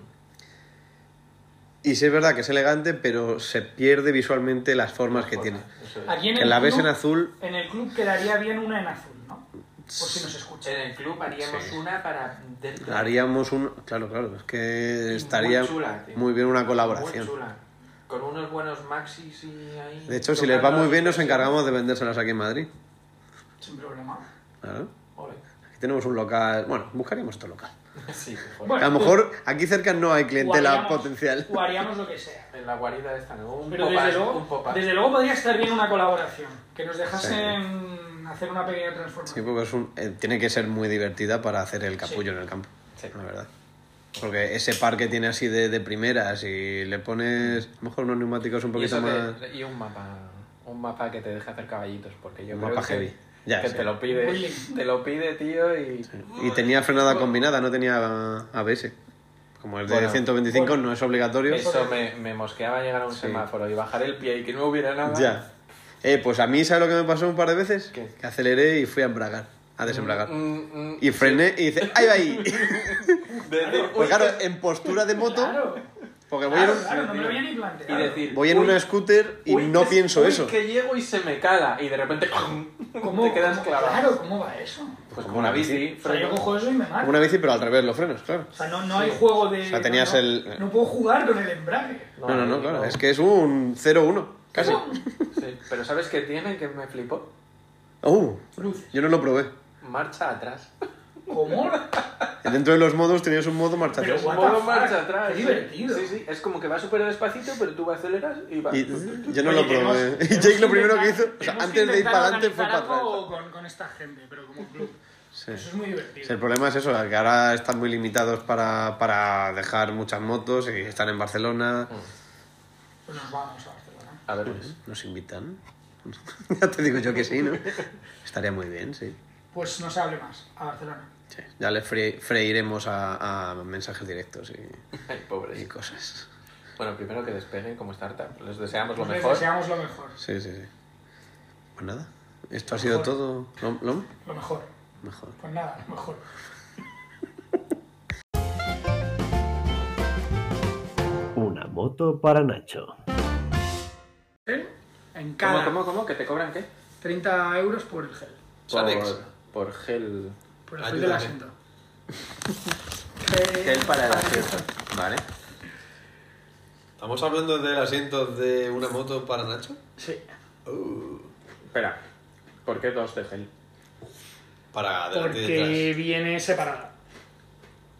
Y sí es verdad que es elegante, pero se pierde visualmente las formas que tiene.
Eso es.
Aquí en
Que
el
la ves
club-
en azul.
En el club quedaría bien una en azul, ¿no? Por si nos escuchan.
En el club haríamos
Sí.
una para dentro.
Haríamos un. Claro, claro. Es que estaría
muy chula, tío.
muy bien una
Muy
colaboración.
chula. Con unos buenos maxis y ahí.
De hecho, si les va
tocando
muy bien, nos
las
encargamos de vendérselas aquí en Madrid.
Sin problema.
Claro.
Ole.
Aquí tenemos un local. Bueno, buscaríamos otro local.
Sí, mejor.
Bueno,
A lo mejor aquí cerca no hay
o
clientela
haríamos-
potencial.
O haríamos lo que sea.
En la guarida esta, ¿no? Un
Pero
pop-up,
desde
un
luego,
pop-up.
desde luego podría estar bien una colaboración. Que nos dejasen hacer una pequeña
Sí,
transformación.
porque es un- eh, tiene que ser muy divertida para hacer el capullo en el campo,
Sí.
la verdad. Porque ese par que tiene así de, de primeras y le pones a lo mejor unos neumáticos un
Y,
poquito
eso de-
más...
y un mapa. Un mapa que te deje hacer caballitos, porque yo
Un
creo
mapa
que,
heavy. Ya,
que
sí.
te lo pide.
Bullying.
Te lo pide, tío, y.
Y tenía frenada combinada, no tenía ABS. Como el de
Bueno,
125 no es obligatorio.
Eso me, me mosqueaba llegar a un
Sí.
semáforo y bajar el pie y que no hubiera nada.
Ya. Eh, pues a mí, ¿sabes lo que me pasó un par de veces?
¿Qué?
Que aceleré y fui a embragar, a desembragar.
Mm, mm,
Y frené y dice, ¡ahí va ahí!
de- de-
Porque claro, en postura de moto,
Claro,
porque voy en,
claro,
un-
claro, no me lo había ni
y
planteado.
decir.
voy en
"Uy,
una scooter y
uy,
no
que-
pienso
uy,
eso.
que llego y se me cala y de repente te quedas
cómo-
clavado.
Claro, ¿cómo va eso?
Pues como una bici,
O sea, yo
freno.
cojo eso y me
Como
mato.
una bici, pero al revés, los frenos, claro.
O sea, no, no hay juego de...
O sea, tenías
no, no,
el- eh.
No puedo jugar con el embrague.
No, no, no,
ahí
claro. Es que es un 0-1, casi.
Sí, pero ¿sabes qué tiene que me flipó?
Uh,
Luces.
yo no lo probé.
Marcha atrás.
¿Cómo?
Dentro de los modos tenías un modo marcha
Pero
atrás.
What the
Modo
fuck,
marcha atrás.
qué
sí.
divertido.
Sí, sí, es como que va súper despacito, pero tú aceleras y va.
Y yo no
Oye,
lo
hemos-
probé. Y
hemos
Jake lo primero que
intentado-
hizo, o sea,
hemos
antes de ir
intentado
para adelante, fue para
organizar
atrás.
algo Con, con esta gente, pero como club.
Sí.
Eso es muy divertido.
Sí, El problema es eso, que ahora están muy limitados para, para dejar muchas motos y están en Barcelona.
Pues nos vamos a Barcelona.
A ver, pues, Luis.
Nos invitan. ya te digo yo que sí, ¿no? Estaría muy bien, sí.
Pues no se hable más. A Barcelona.
Sí. Ya le fre- freiremos a, a mensajes directos y,
Ay,
y
pobres.
cosas.
Bueno, primero que despeguen como startup. Les deseamos lo
Pues les
mejor.
deseamos lo mejor.
Sí, sí, sí. Pues nada, esto ha sido
Mejor.
todo. ¿Lom? ¿Lom?
Lo mejor.
Mejor.
Pues nada, lo mejor.
Una moto para Nacho.
Gel En
¿Cómo,
cada
cómo, cómo? ¿Que te cobran qué?
30 euros por el gel.
Pues
Sanex.
Por gel.
Por el gel del
Ayúdame.
asiento. Gel-
Gel para el asiento. Vale.
¿Estamos hablando del asiento de una moto para Nacho?
Sí.
Espera. ¿Por qué dos de gel?
Para
Porque viene separada.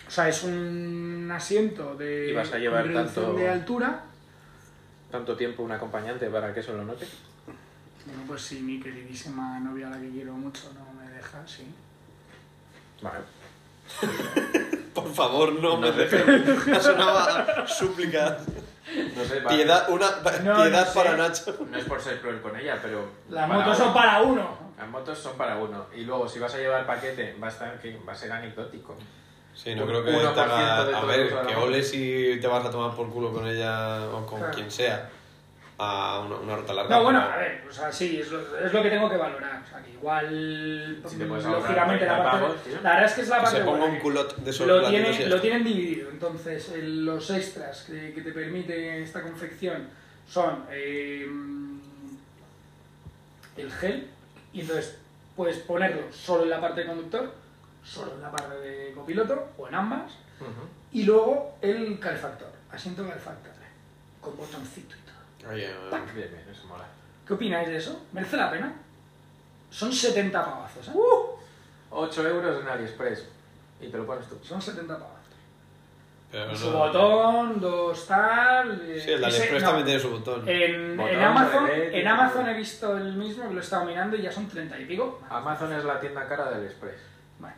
O sea, es un asiento de
Y vas a llevar
reducción
tanto-
de altura.
¿Tanto tiempo un acompañante para que eso lo note?
Bueno, pues si mi queridísima novia, a la que quiero mucho, no me deja, sí.
Vale.
Por favor, no, me dejes. Ha sonado súplica.
No sé, vale.
Piedad, una,
No, piedad no sé. para
Nacho.
No es por ser cruel con ella, pero.
Las
para
motos
uno.
son para uno.
Las motos son para uno. Y luego, si vas a llevar paquete, va a, estar, que va a ser anecdótico.
Sí, no creo que
1%
te haga-
de
A
todo el uso
ver,
de
que
la
ole si te vas a tomar por culo con ella o con
Claro.
quien sea a una, una ruta larga.
No, bueno,
pero-
a ver, o sea, sí, es lo, es lo que tengo que valorar. O sea, que igual,
Si te puedes ahorrar
lógicamente, la
30
parte.
pavos, tío.
La verdad es que es la
Que
parte.
se ponga
buena,
un
que-
culot de esos
lo,
platinos y
tiene,
ya
lo
está.
tienen dividido. Entonces, el- los extras que, que te permite esta confección son eh, el gel, y entonces puedes ponerlo solo en la parte de conductor, solo en la parte de copiloto, o en ambas, y luego el calefactor, asiento calefactor, con botoncito y todo.
Oye,
Bien, bien, eso mola.
¿Qué opináis de eso? ¿Merece la pena? Son 70 pavazos, ¿eh?
Uh.
8 euros en AliExpress. Y te lo pones tú.
Son 70 pavazos.
pero no-
Su botón, dos tal... eh,
Sí, el de
ese-
AliExpress
no. Eh.
también tiene su botón.
En,
Botón,
en Amazon,
LED,
en Amazon
todo.
he visto el mismo, que lo he estado mirando y ya son 30 y pico.
Amazon es la tienda cara del Express.
Bueno,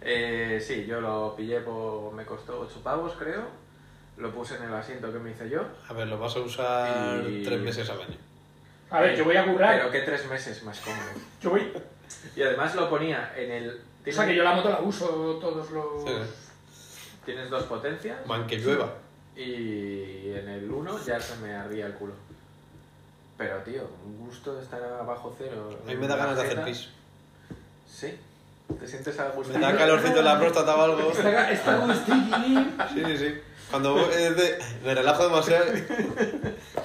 Eh, sí, yo lo pillé por... me costó 8 pavos, creo. Lo puse en el asiento que me hice yo.
A ver, lo vas a usar
Y-
tres meses al año.
a ver, yo voy a
Pero
currar.
que tres meses más cómodo.
Yo voy...
Y además lo ponía en el...
O sea, que yo la moto la uso todos los...
Sí.
Tienes dos potencias
Man, que llueva.
y en el 1 ya se me ardía el culo. Pero, tío, un gusto de estar abajo cero.
A mí me da ganas de hacer
piso
pis.
Sí. ¿Te sientes a gusto?
Me da calorcito en la próstata o algo. Sí,
Está, está gustiquín,
sí, sí. Cuando eh, de- me relajo demasiado, y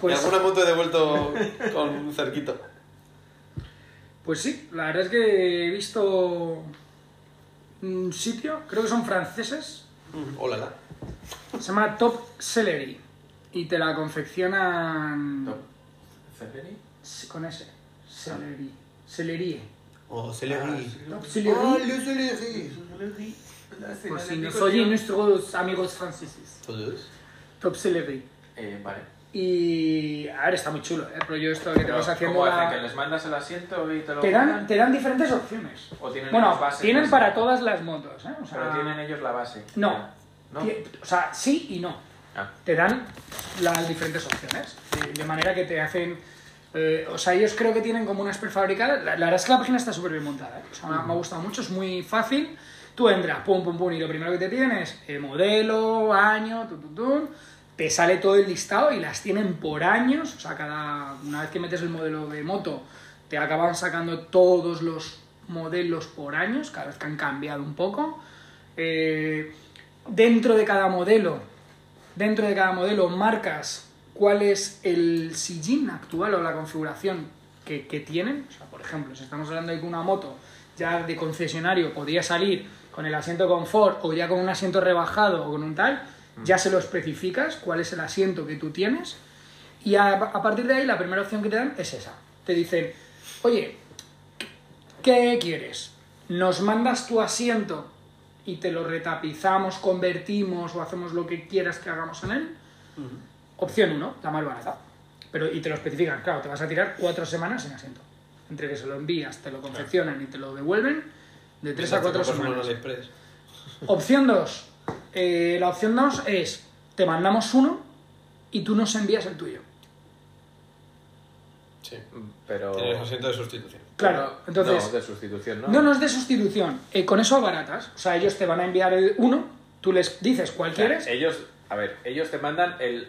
pues,
alguna moto he devuelto con un cerquito.
pues sí, la verdad es que he visto un sitio, creo que son franceses,
Hola, Oh, la.
Se llama Top Celery y te la confeccionan
Top. ¿Celery?
s- con ese. Celery. Celery.
Oh,
Ah,
celery.
Top
Oh,
Celery.
le celery.
Por Pues si nos oyen nuestros amigos franceses.
Entonces,
Top Celery.
Eh, vale.
Y a ver, está muy chulo, ¿eh? Pero yo esto que te
Pero,
vas haciendo...
¿Cómo hacen?
la-
¿Que les mandas el asiento y te lo
Te, dan,
mandan?
te dan diferentes opciones.
¿O tienen
Bueno,
ellos bases?
tienen para todas las motos, ¿eh? O sea,
Pero tienen ellos la base.
No.
¿No?
Ti- O sea, sí y no.
Ah.
Te dan las diferentes opciones. De, de manera que te hacen. eh, o sea, ellos creo que tienen como unas prefabricadas. La, la verdad es que la página está súper bien montada. ¿eh? O sea, me ha- me ha gustado mucho, es muy fácil. Tú entras, pum, pum, pum, y lo primero que te piden es eh, modelo, año, tu, tu, tu. Te sale todo el listado y las tienen por años. O sea, cada. Una vez que metes el modelo de moto, te acaban sacando todos los modelos por años, cada vez que han cambiado un poco. Eh, dentro de cada modelo, dentro de cada modelo marcas cuál es el sillín actual o la configuración que, que tienen. O sea, por ejemplo, si estamos hablando de que una moto ya de concesionario podía salir con el asiento confort o ya con un asiento rebajado o con un tal, ya se lo especificas cuál es el asiento que tú tienes. Y a, a partir de ahí la primera opción que te dan es esa. Te dicen, oye, ¿Qué quieres? ¿Nos mandas tu asiento y te lo retapizamos, convertimos o hacemos lo que quieras que hagamos en él? Opción 1, la más barata. Pero, y te lo especifican, claro, te vas a tirar cuatro semanas sin asiento. Entre que se lo envías, te lo confeccionan y te lo devuelven, de tres a cuatro
personas en
semanas.
AliExpress.
Opción 2. la opción 2 es, te mandamos uno y tú nos envías el tuyo.
Sí.
Pero...
Tienes Eh, asiento de sustitución.
Claro, entonces...
No, de sustitución, ¿no?
No, no es de sustitución. Eh, con eso abaratas. O sea, ellos te van a enviar el uno, tú les dices cuál
O sea,
quieres.
Ellos, a ver, ellos te mandan el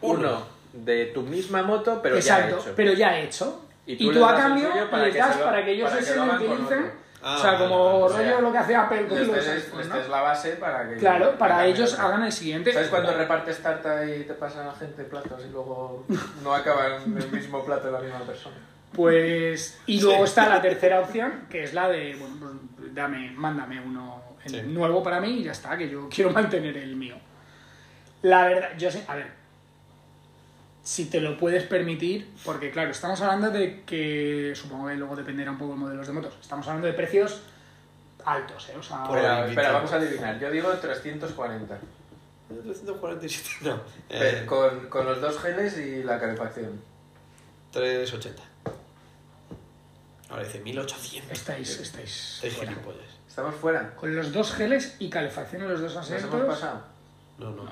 uno de tu misma moto, pero
exacto,
ya hecho.
pero ya hecho.
Y
Y
tú
tú,
les
a
das el
cambio
tuyo para
les
que
das
se lo-
para que ellos
para que lo
se lo
hagan con
utilicen.
otro. Este
Ah,
o sea,
vale,
como
vale,
o sea,
rollo lo que hace Apple con
Les
los
des-
iPhones,
les
¿no?
des la base para que...
Claro, para
que
ellos
cambien.
hagan el siguiente.
¿Sabes cuando repartes tarta y te pasa a la gente platos y luego no acaban el mismo plato de la misma persona?
Pues. Y luego está la tercera opción, que es la de, bueno, pues, dame, mándame uno en-
Sí.
nuevo para mí y ya está, que yo quiero mantener el mío. La verdad, yo sé, a ver, si te lo puedes permitir, porque claro, estamos hablando de que, supongo que luego dependerá un poco de modelos de motos, estamos hablando de precios altos, ¿eh? O sea,
Por
Espera, espera,
el invitado.
vamos a adivinar. Yo digo 340.
347. No.
Pe-
Eh,
Con, con los dos geles y la calefacción.
380. Ahora dice 1800.
estáis, estáis
Estáis
fuera.
gilipollas.
¿Estamos fuera?
Con los dos geles y calefacción en los dos
¿Nos hemos
asientos.
pasado?
No, no.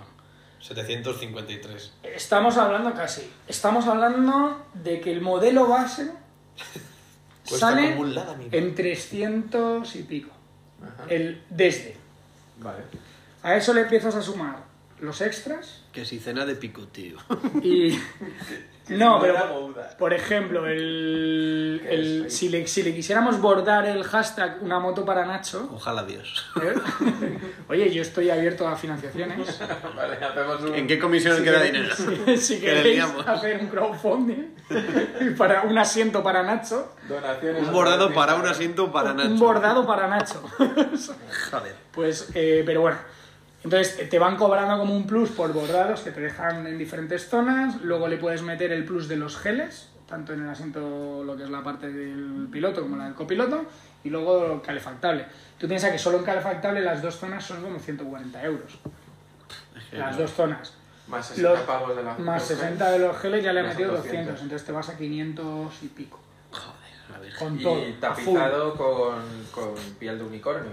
753.
Estamos hablando casi. Estamos hablando de que el modelo base
Cuesta
sale Eh.
como un lado, amigo.
en 300 y pico. el desde.
Vale.
A eso le empiezas a sumar los extras
Que si cena de picoteo.
y... No,
Buena
pero
boda.
por ejemplo, el,
¿Qué
el-
es?
si, le, si le quisiéramos bordar el hashtag una moto para Nacho,
Ojalá Dios.
¿eh? oye, yo estoy abierto a financiaciones.
Vale, hacemos un...
¿En qué comisión queda dinero?
Si, si
Que le
queréis
liamos.
hacer un crowdfunding para un asiento para Nacho,
Donaciones.
Un bordado para un asiento para Nacho.
un bordado para Nacho.
Joder.
Pues, eh, pero bueno. Entonces eh, te van cobrando como un plus por bordados que te dejan en diferentes zonas. Luego le puedes meter el plus de los geles, tanto en el asiento, lo que es la parte del piloto como la del copiloto. Y luego calefactable. Tú piensas que solo en calefactable las dos zonas son como 140 euros. Las dos zonas.
Más 60
Los-
pavos de la...
más 60 de los geles ya le he
Ah, Ya son
metido 200.
200.
Entonces te vas a 500 y pico. Joder, Con todo.
Y
a full.
tapizado con, con piel de unicornio.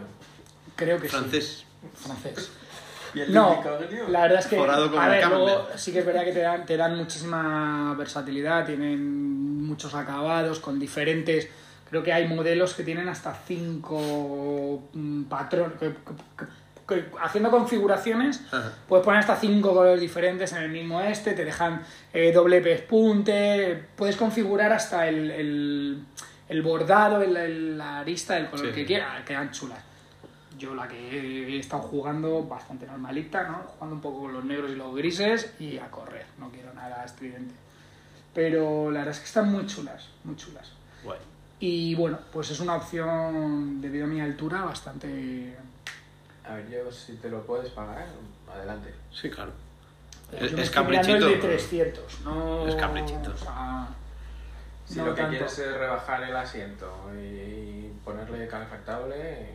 Creo que sí.
Francés.
Francés.
¿Piel de
No,
unicornio?
la verdad es que
Forado como
a ver,
Campbell.
luego sí que es verdad que te dan, te dan muchísima versatilidad, tienen muchos acabados con diferentes. Creo que hay modelos que tienen hasta cinco mm, patrones. que- que- que- que- haciendo configuraciones,
Ajá.
puedes poner hasta cinco colores diferentes en el mismo este, te dejan eh, doble pespunte, puedes configurar hasta el, el, el bordado, el, el- la arista, el color
Sí.
que quieras, quedan chulas. Yo la que he estado jugando bastante normalita, ¿no? Jugando un poco con los negros y los grises y a correr. No quiero nada estridente. Pero la verdad es que están muy chulas, muy chulas.
Guay.
Y bueno, pues es una opción, debido a mi altura, bastante... eh,
A ver, yo si te lo puedes pagar, adelante.
Sí, claro.
Yo
Es-
me
es
estoy mirando El de
caprichito.
300, no...
Es caprichito.
o sea,
Si
no
lo que
tanto.
quieres es rebajar el asiento y, y ponerle calefactable,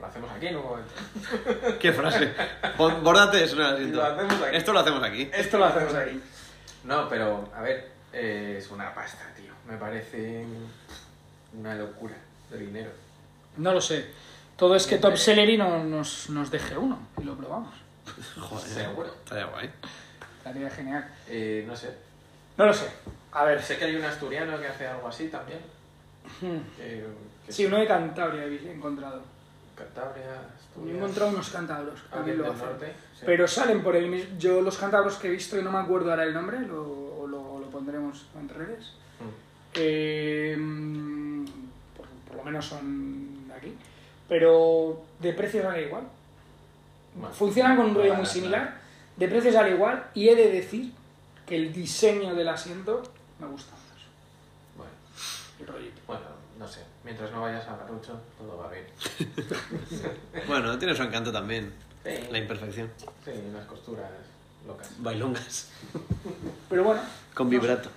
lo hacemos aquí en un momento.
Qué frase. Bo- Bórdate eso en el asiento.
Lo hacemos aquí.
Esto lo hacemos aquí.
Esto lo hacemos aquí. No, pero, a ver, eh, es una pasta, tío. Me parece una locura de dinero.
No lo sé. Todo es que Top Celery no, nos, nos deje uno y lo probamos.
Joder.
Seguro.
Estaría guay.
Estaría genial.
Eh, no sé.
No lo sé. A ver,
Sé que hay un asturiano que hace algo así también.
Hmm.
Que, que
Sí, uno de Cantabria he encontrado.
Cantabria,
Yo he
Asturias.
encontrado unos cántabros que también
alguien
lo
del
hacen.
norte, sí.
Pero salen por el mismo. Yo, los cántabros que he visto, y no me acuerdo ahora el nombre, lo, o lo, o lo pondremos en redes.
Hmm,
eh, mm, por, por lo menos son de aquí. Pero de precios sale igual.
Bueno,
Funcionan con un rollo muy
barato.
similar. De precios sale igual. Y he de decir que el diseño del asiento me gusta más.
Bueno,
El rollito.
bueno, no sé. Mientras no vayas a Garucho, todo va bien.
Bueno, tiene su encanto también.
Sí.
La imperfección.
Sí, unas costuras locas.
Bailongas.
Pero bueno.
Con
no sé.
vibrato.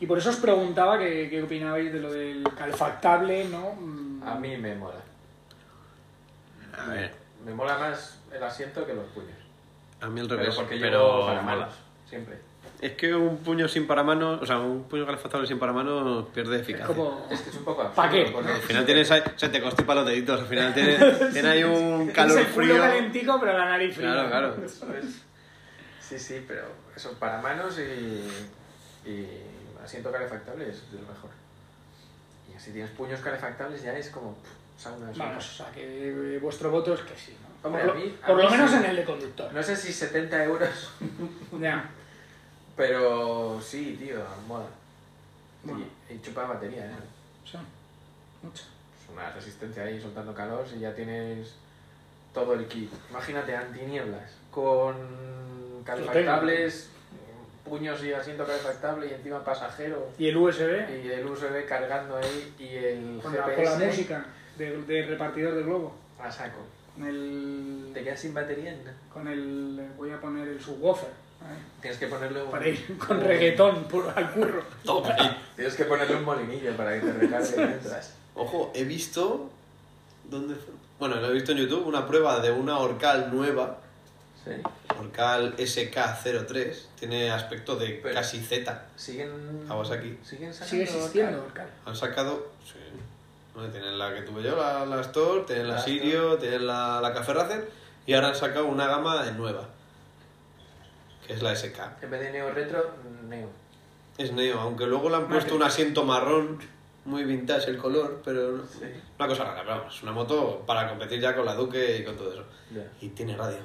Y por eso os preguntaba que- qué, opinabais de lo del calefactable, ¿no? Mm,
A mí me mola.
A ver.
Me mola más el asiento que los puños.
A mí al
Pero
revés.
porque
pero
llevo para
mola.
manos, siempre.
Es que un puño sin paramanos, o sea, un puño calefactable sin paramanos pierde
Es
eficacia.
como...
Es que es un poco
¿Pa' qué?
absurdo, porque
Al final tienes ahí- se te constipa los deditos, al final tienes, tienes ahí un calor
Es el culo
frío.
calentico, pero la nariz fría.
Claro, claro.
eso es- Sí, sí, pero eso, para manos y, y asiento calefactable es de lo mejor. Y así tienes puños calefactables ya es como pff, sauna de
Vamos, o
sofá.
sea, que eh, vuestro voto es que sí, ¿no?
Hombre,
por
a
lo,
mí- a
por
mí
lo menos
sí.
en el de conductor.
No sé si 70 euros,
Ya.
pero sí, tío, mola.
Bueno.
Y, y chupa batería, ¿eh?
Sí. Mucho.
Pues una resistencia ahí soltando calor y ya tienes todo el kit. Imagínate antinieblas con calefactables, puños y asiento calefactable y encima pasajero
Y el USB
y el USB cargando ahí y el
con, la, con la
GPS
música de, de repartidor de globo.
a saco.
Con el...
Te quedas sin batería. ¿no?
Con el... Voy a poner el subwoofer. ¿vale?
Tienes que ponerle un
Para ir con reggaetón por, al curro.
Tienes que ponerle un molinillo para que te recargue mientras.
Ojo, he visto. ¿Dónde fue? Bueno, lo he visto en YouTube, una prueba de una Orcal nueva.
Sí.
Orcal SK03. Tiene aspecto de
Pero-
casi Z.
Siguen.
Kawasaki.
Siguen sacando
Sigue existiendo,
cal-
Orcal.
Han sacado. Sí. Bueno, tienen la que tuve yo, la, la Store, tienen la,
La
Sirio, tienen la, la Café Racer. Y ahora han sacado una gama de nueva. Que es la SK.
En vez de neo retro, neo.
Es Neo, aunque luego le han puesto un asiento marrón. muy vintage el color, pero no- una cosa rara, pero vamos, es una moto para competir ya con la Duque y con todo eso.
Ya.
Y tiene radio.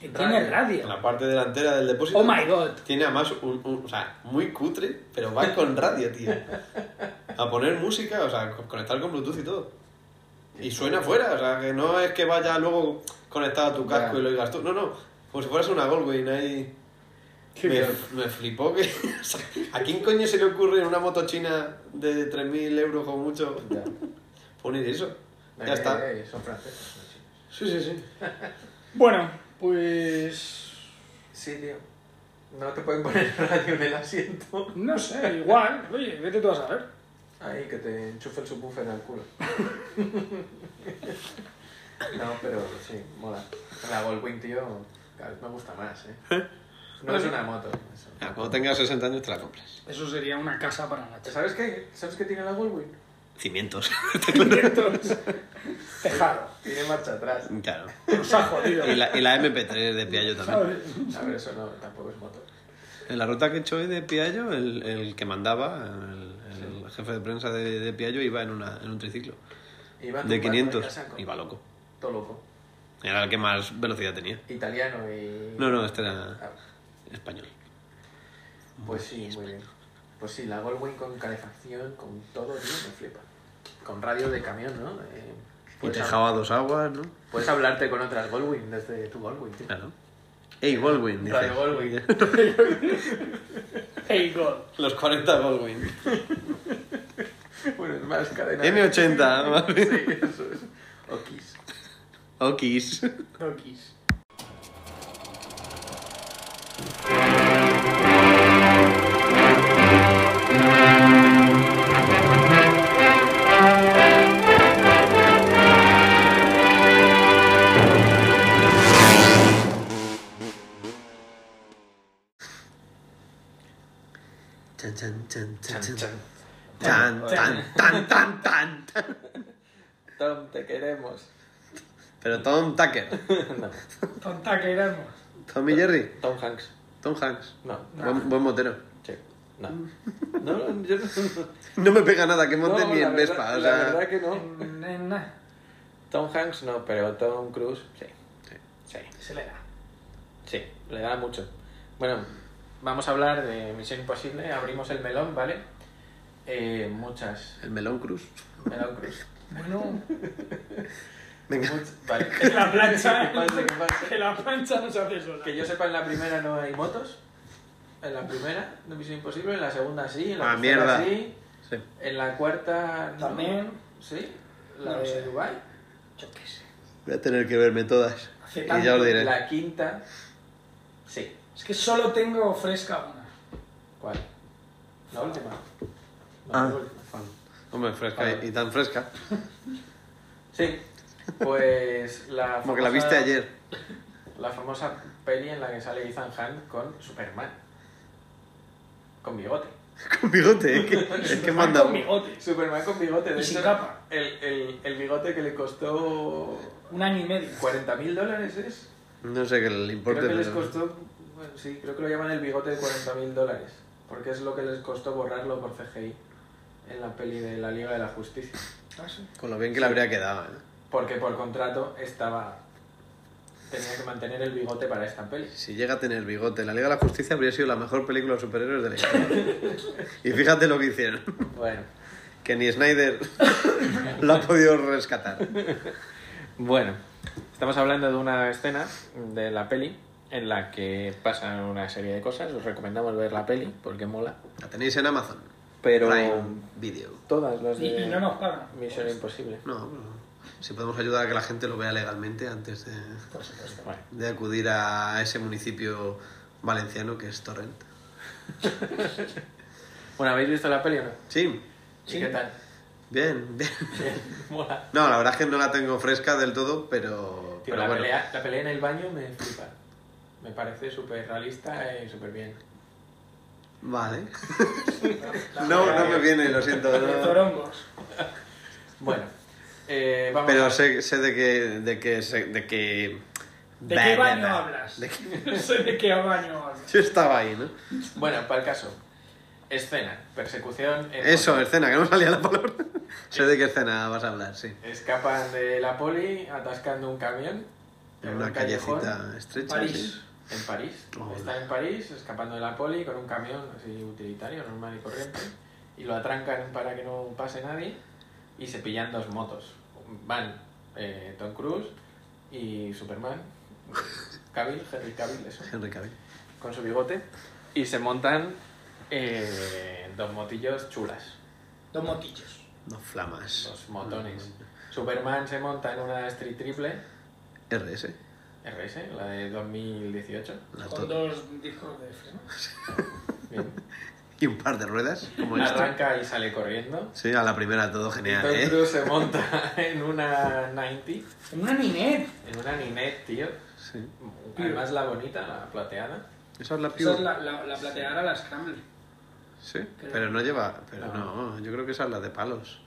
Que tiene
En
radio.
la parte delantera del depósito.
Oh my god.
Tiene además un, un- o sea, muy cutre, pero va con radio, tío. A poner música, o sea, co- conectar con Bluetooth y todo. Y suena fuera, o sea, que no es que vaya luego conectado a tu casco
Ya.
y lo oigas tú. No, no, como si fueras una Goldwyn ahí.
Qué
Me,
bien.
me flipó que. o sea, ¿A quién coño se le ocurre en una moto china de 3.000 euros como mucho
Ya,
poner eso?
Eh,
Ya está.
eh, son franceses, no chinos.
Sí, sí, sí.
Bueno, pues.
Sí, tío. No te pueden poner el radio en el asiento.
No sé, igual. Oye, vete tú a saber.
Ahí, que te enchufe el subwoofer al culo. no, pero sí, mola. La Goldwing, tío, cada vez me gusta más, ¿eh? No es una moto. eso.
Ya, cuando tengas 60 años te la compras.
Eso sería una casa para Nacho.
¿Sabes qué? ¿Sabes qué tiene la Goldwing?
Cimientos.
Entonces, Tejado.
Tiene marcha atrás.
claro.
Nos ha jodido.
Y la, y la MP3 de Piaggio también.
¿Sabes?
A ver, eso no, tampoco es moto.
En la ruta que he hecho hoy de Piallo, el, el que mandaba, el, el jefe de prensa de, de Piallo, iba en, una, en un triciclo
Iba tumbado
de 500.
casa con-
Iba loco.
Todo loco.
Era el que más velocidad tenía.
Italiano y...
No, no, este era
Ah,
español.
Pues sí, muy bien. Pues sí, la Goldwing con calefacción, con todo, tío, me flipa. Con radio de camión, ¿no? Eh,
Y
puedes, hab-
tejaba Pues dos aguas, ¿no?
puedes hablarte con otras Goldwing desde tu Goldwing, tío.
Claro. Ey, Goldwyn, dice.
Radio Goldwing.
Hey God.
Los 40 Goldwyn.
bueno, es más cadena.
M80, más bien.
Sí, eso es. O Kiss.
Okis.
No quis.
Chan, chan, chan, chan,
Chan,
chan.
chan.
Tan, tan, tan, tan, tan, tan.
Tom, te queremos.
Pero Tom Tucker.
No.
Tonta que éramos.
Tom y Jerry.
Tom Hanks.
Tom Hanks.
No.
Buen, buen motero.
Sí. No. No, no, yo no.
Mm. No me pega nada que
no,
monte ni
la
en
verdad-
Vespa. o
La
sea,
verdad que no.
En- en nada.
Tom Hanks no, pero Tom Cruise sí. Sí.
Se le da.
Sí, le da mucho. Bueno, vamos a hablar de Misión Imposible. Abrimos el melón, ¿vale? Eh, muchas.
el Melón Cruz.
Melón Cruz.
Bueno,
Venga.
Much- Vale.
que la plancha.
Que pase, que pase.
que la plancha no se hace sola.
Que yo sepa, en la primera no hay motos. En la primera de Misión Imposible, en la segunda sí, en la
Ah,
tercera
mierda.
sí,
Sí.
en la cuarta no.
También.
Sí, la
No
de
sé.
Dubai.
Yo qué sé.
Voy a tener que verme todas.
Hace
Y
tanto.
ya os diré.
La quinta. Sí,
Es que solo tengo fresca una.
¿cuál? La última. No,
Ah.
la última.
Hombre, fresca y- y tan fresca.
Sí, pues la.
Como que la
famosa-
viste ayer.
La famosa peli en la que sale Ethan Hunt con Superman. Con bigote.
Con bigote, es que, es que manda.
Con bigotes.
Superman con bigote. De
Y sin
hecho,
capa.
El, el, el bigote que le costó
Un año y medio.
40 mil dólares, ¿es?
No sé qué le importa.
creo que les
pero-
costó... Bueno, sí, creo que lo llaman el bigote de 40 mil dólares. Porque es lo que les costó borrarlo por CGI en la peli de la Liga de la Justicia.
Ah, sí.
Con lo bien que le habría quedado, ¿eh?
Porque por contrato estaba... Tenía que mantener el bigote para esta peli.
Si llega a tener bigote, la Liga de la Justicia habría sido la mejor película de superhéroes de la historia. y fíjate lo que hicieron.
Bueno.
Que ni Snyder lo ha podido rescatar.
Bueno, estamos hablando de una escena de la peli en la que pasan una serie de cosas. Os recomendamos ver la peli porque mola.
La tenéis en Amazon.
Pero
Prime Video.
todas las
Y,
de
y no nos pagan.
Misión Imposible.
No, pero si podemos ayudar a que la gente lo vea legalmente antes de,
Por supuesto.
Bueno,
de acudir a ese municipio valenciano que es Torrent.
Bueno, ¿habéis visto la peli o no?
Sí,
¿Y ¿Qué tal?
bien, bien.
mola.
No, la verdad es que no la tengo fresca del todo, pero, pero
la,
bueno.
pelea, la pelea en el baño me flipa. Me parece súper realista y súper bien.
Vale.
La-
No,
la-
no me viene, lo siento.
la- De
no.
zorongos.
Bueno, eh, vamos a-
Pero sé, sé de que... De que, sé- de que
¿De qué baño
Bah, bah, bah.
hablas?
De que-
No sé de qué baño hablas.
Yo estaba ahí, ¿no?
Bueno, para el caso. Escena, persecución. en
Eso,
moto.
escena, que no salía la palabra. sé de qué escena vas a hablar, sí.
Escapan de la poli atascando un camión.
En una
un callejón
callecita estrecha.
París.
sí.
En París.
Hola.
Está en París, escapando de la poli con un camión así utilitario, normal y corriente. Y lo atrancan para que no pase nadie. Y se pillan dos motos. Van eh, Tom Cruise y Superman. Cavill, Henry Cavill, eso.
Henry Cavill.
Con su bigote. Y se montan eh, dos motillos chulas.
Dos motillos.
Dos flamas.
Los motones. Superman se monta en una Street Triple
RS.
RS, la de 2018.
La
Con
torre.
dos discos de freno.
Bien.
Y un par de ruedas, como esta.
Arranca y sale corriendo.
Sí, a la primera
Tom
todo Pues genial, ¿eh?
Cruise se monta en una 90,
En una ninet.
en una Ninette, tío.
Sí.
Además la bonita, la plateada.
Esa es la
Esa es
Pure.
la, la, la plateada, la Scramble.
Sí, pero no lleva... Pero
No.
no, yo creo que esa es la de palos.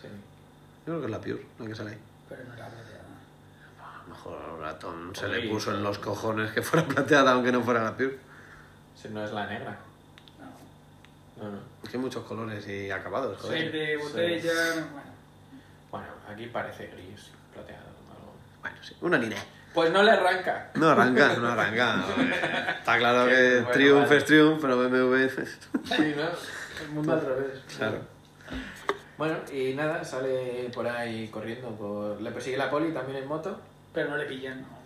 Sí.
Yo creo que es la Pure, la que sale ahí.
Pero no era plateada.
A lo mejor a Tom se le
Uy.
puso en los cojones que fuera plateada, aunque no fuera la Pure.
Si no es la negra.
No.
No, no.
Porque hay muchos colores y acabados, joder.
Verde,
sí.
botella. Bueno.
Bueno, aquí parece gris, plateado. algo.
Bueno, sí, una línea.
Pues no le arranca.
No arranca, no arranca. Está claro
Sí,
que
bueno,
Triumph
vale.
es Triumph, pero BMW...
Sí, ¿no? El mundo al revés.
Claro.
Bueno, y nada, sale por ahí corriendo. Por... Le persigue la poli también en moto.
Pero no le pillan, no.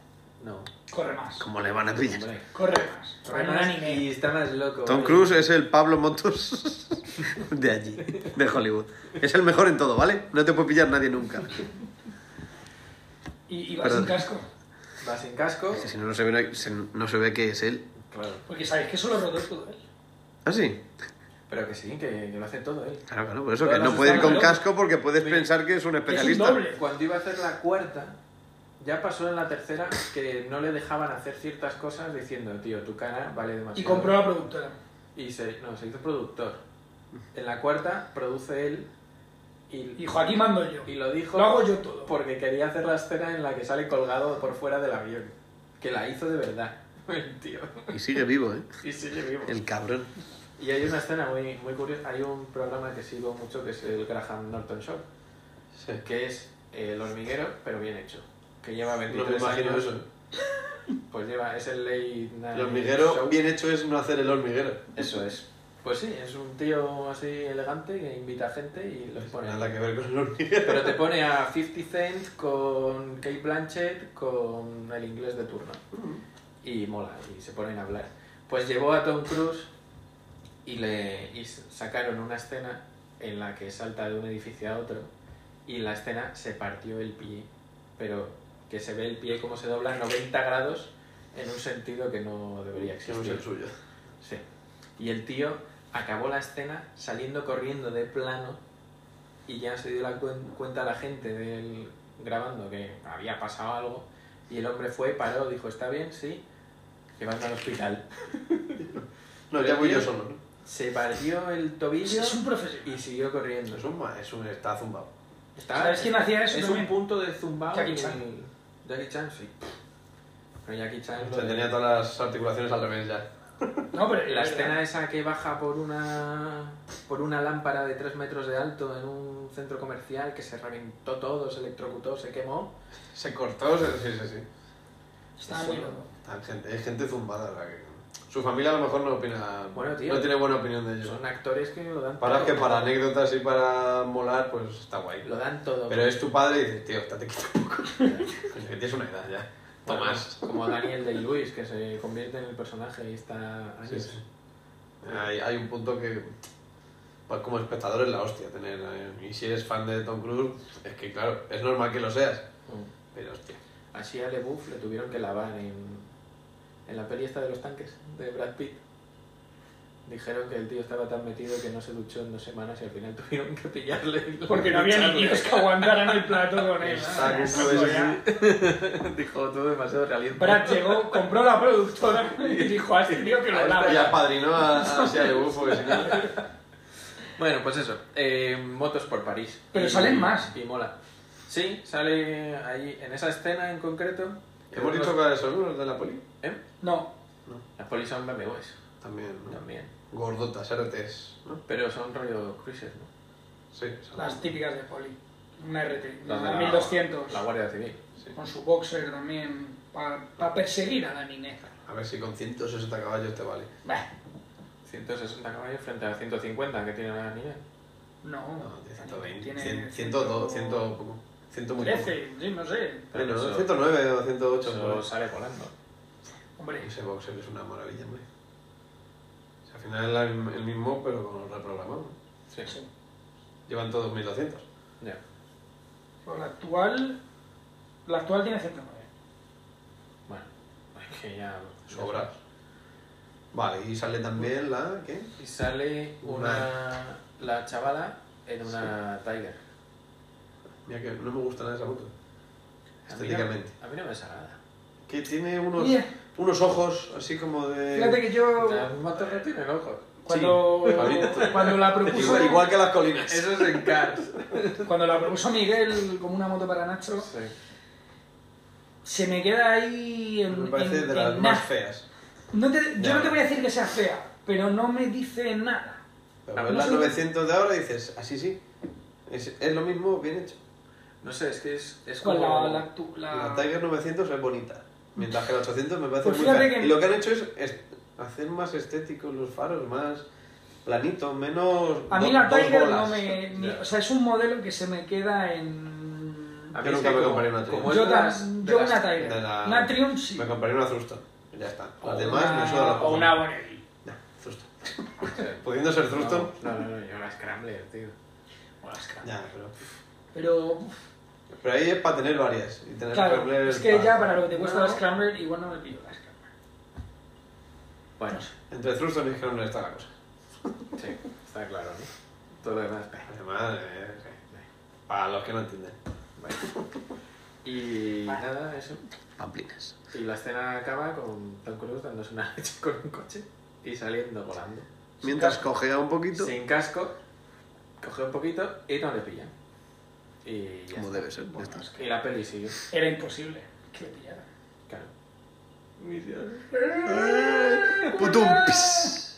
No.
Corre más.
¿Cómo le van a pillar?
Hombre.
Corre más.
Corre
En
más
una ninet.
y está más loco.
Tom
eh.
Cruise es el Pablo Motos de allí, de Hollywood. Es el mejor en todo, ¿vale? No te puede pillar nadie nunca.
Y, y va
Perdón.
sin casco.
Va sin casco.
Es que si no, no se ve, se- no se ve que es él.
Claro.
Porque sabéis que solo rodó todo él.
¿Ah, sí?
Pero que sí, que, que lo hace todo él.
Claro, claro, por eso
Todas
que no
las
puede ir con
están-
casco porque puedes
Sí.
pensar que es un especialista.
doble.
Cuando iba a hacer la cuarta, ya pasó en la tercera que no le dejaban hacer ciertas cosas diciendo, tío, tu cara vale demasiado.
Y compró la productora.
Y se, no, se hizo productor. En la cuarta produce él y,
Y Joaquín mando yo.
y Pues, lo dijo
Lo hago yo todo.
porque quería hacer la escena en la que sale colgado por fuera del avión. Que la hizo de verdad. El tío.
Y sigue vivo, ¿eh?
Y sigue vivo.
El cabrón.
Y hay una escena muy, muy curiosa, hay un programa que sigo mucho que es el Graham Norton Show, que es eh, el hormiguero, pero bien hecho, que lleva 23 años, pues lleva, es el late night show.
hecho es no hacer el hormiguero.
Eso es. Pues sí, es un tío así elegante que invita gente y los pone.
ver con el hormiguero.
Pero te pone a 50 Cent con Kate Blanchett con el inglés de turno. Y mola, y se ponen a hablar. Pues llevó a Tom Cruise y le y s- sacaron una escena en la que salta de un edificio a otro y en la escena se partió el pie. Pero que se ve el pie como se dobla 90 grados en un sentido que no debería existir.
suyo.
Sí. Y el tío acabó la escena saliendo corriendo de plano y ya se dio la cuen- cuenta la gente del grabando que había pasado algo y el hombre fue, paró, dijo, ¿está bien? Sí. Llevando al hospital.
No,
ya voy yo
solo,
Se partió el tobillo
Es un profesional.
y siguió corriendo.
un, es un, está zumbado.
Está-
¿Sabes quién hacía eso
Es un
también?
punto de zumbao.
Jackie
y-
Chan.
Jackie Chan, sí. Pero Jackie Chan... lo de-
todas las articulaciones al revés ya.
No, pero
La escena esa que baja por una por una lámpara de 3 metros de alto en un centro comercial que se reventó todo, se electrocutó, se quemó.
Se cortó, se- sí, sí, sí.
Estaba muy loco.
Hay gente, hay gente zumbada. la que- Su familia a lo mejor no opina.
Bueno, tío.
no tiene buena opinión de ellos.
Son actores que lo dan
Para
todo.
que para anécdotas y para molar, pues está guay.
Lo dan todo.
Pero es tu padre y dices, tío, estate quieto un poco. Coño, que tienes una edad ya.
Bueno,
Tomás.
Como Daniel Day-Lewis, que se convierte en el personaje y está...
Sí, sí. Hay, hay un punto que. Pues como espectador es la hostia tener. eh, y si eres fan de Tom Cruise, es que claro, es normal que lo seas.
Mm.
Pero hostia.
Así a LeBouf le tuvieron que lavar en, en la peli esta de los tanques, de Brad Pitt. Dijeron que el tío estaba tan metido que no se duchó en dos semanas y al final tuvieron que pillarle. y lo-
Porque no había
ducharle.
niños que aguantaran el plato con él.
Está
¿no?
como ese-
Ya.
Dijo todo demasiado realista.
Brad llegó, compró la productora y dijo a este tío que lo
Y
lava.
apadrinó a, a, a Bufo, que si no.
Bueno, pues eso. eh, motos por París.
Pero salen más.
Y mola. Sí, sale ahí, en esa escena en concreto.
Hemos dicho que son los de la poli.
¿Eh?
No,
Las polis son BMWs
También, ¿no?
también.
gordotas, RTS, ¿no?
Pero son rollo cruises, ¿no?
Sí, son-
Las típicas de poli. Una RT.
Las de
una
la-
1200.
La Guardia Civil.
sí.
Con su boxer también. Para perseguir a la nineza.
A ver si con 160 caballos te vale.
Bah,
160 caballos frente a 150 que tiene la niña.
no.
No, de 120.
Tiene
100, 102, 100 poco. 100 muy poco.
13, sí, no sé.
Bueno,
Eso-
109 o 108. por ahí.
Eso sale volando.
Hombre,
Ese boxer es una maravilla, hombre. O sea, al final es el- el mismo, pero con lo reprogramado.
Sí.
sí.
Llevan todos 1200.
Ya.
Pues la actual. La actual tiene 109.
Bueno, es que ya.
Sobras. Vale, y sale también la. ¿Qué?
Y sale una. La chavala en una Tiger.
Mira que no me gusta nada esa
A
moto.
mí no-
Estéticamente.
A mí no me desagrada.
Que tiene unos,
Bien.
unos ojos así como de.
Fíjate que yo.
Las motos no tienen ojos.
Cuando,
a mí no.
cuando la propuso.
Igual, igual que las colinas.
Eso es en Cars.
Cuando la propuso Miguel como una moto para Nacho,
Sí.
se me queda ahí en.
Me parece
en-
de
en
las más
nada.
feas.
No te- yo
Ya.
no te voy a decir que sea fea, pero no me dice nada.
Pero
Ah,
ves
no
las
sé.
900 de ahora y dices, así sí. Es, es lo mismo, bien hecho.
No sé, es que es, es
Con
como.
la, la, actu- la-
La Tiger 900 es bonita, mientras que la 800 me parece
Pues
muy
fíjate
fea.
que-
Y lo que han hecho es, es hacer más estéticos los faros, más planitos, menos.
A mí
do-
la
dos
Tiger no
bolas.
me. ni-
Ya.
o sea, es un modelo que se me queda en.
A mí
Yo
es
nunca
que
me
como-
compré una Triumph.
como es
Yo,
de
tam-
las- de
yo
las-
una Tiger.
Ah, de la-
Una Triumph sí.
Me compré una Thruster. Ya está.
O
Las demás
Una-
me suda la
O
polla.
una Bonelli.
Nah, Thruster.
Sí.
Pudiendo ser Thruster.
No, no, no, yo la Scrambler, tío.
O las Cram.
Ya, pero.
Pero. uf,
Pero ahí es para tener varias. Y tener
Claro,
Scrambler
es que
para-
ya para lo que te cuesta
No.
la Scrambler, igual no me pido la Scrambler.
Bueno,
Entre Thruster y Scrambler está la cosa.
sí, está claro, ¿no? Todo lo demás. bah,
Además, eh, sí. para los que no entienden.
bueno. Y nada, eso.
Pamplinas.
Y la escena acaba con Tom Cruise dándose una leche con un coche y saliendo volando.
Mientras cogea un poquito,
Sin casco, coge un poquito y no le pillan. Y ya
como
está.
debe ser. ya
Bueno,
está.
es que
Y la peli sigue.
era imposible que le pillara.
Claro.
Putum, pis.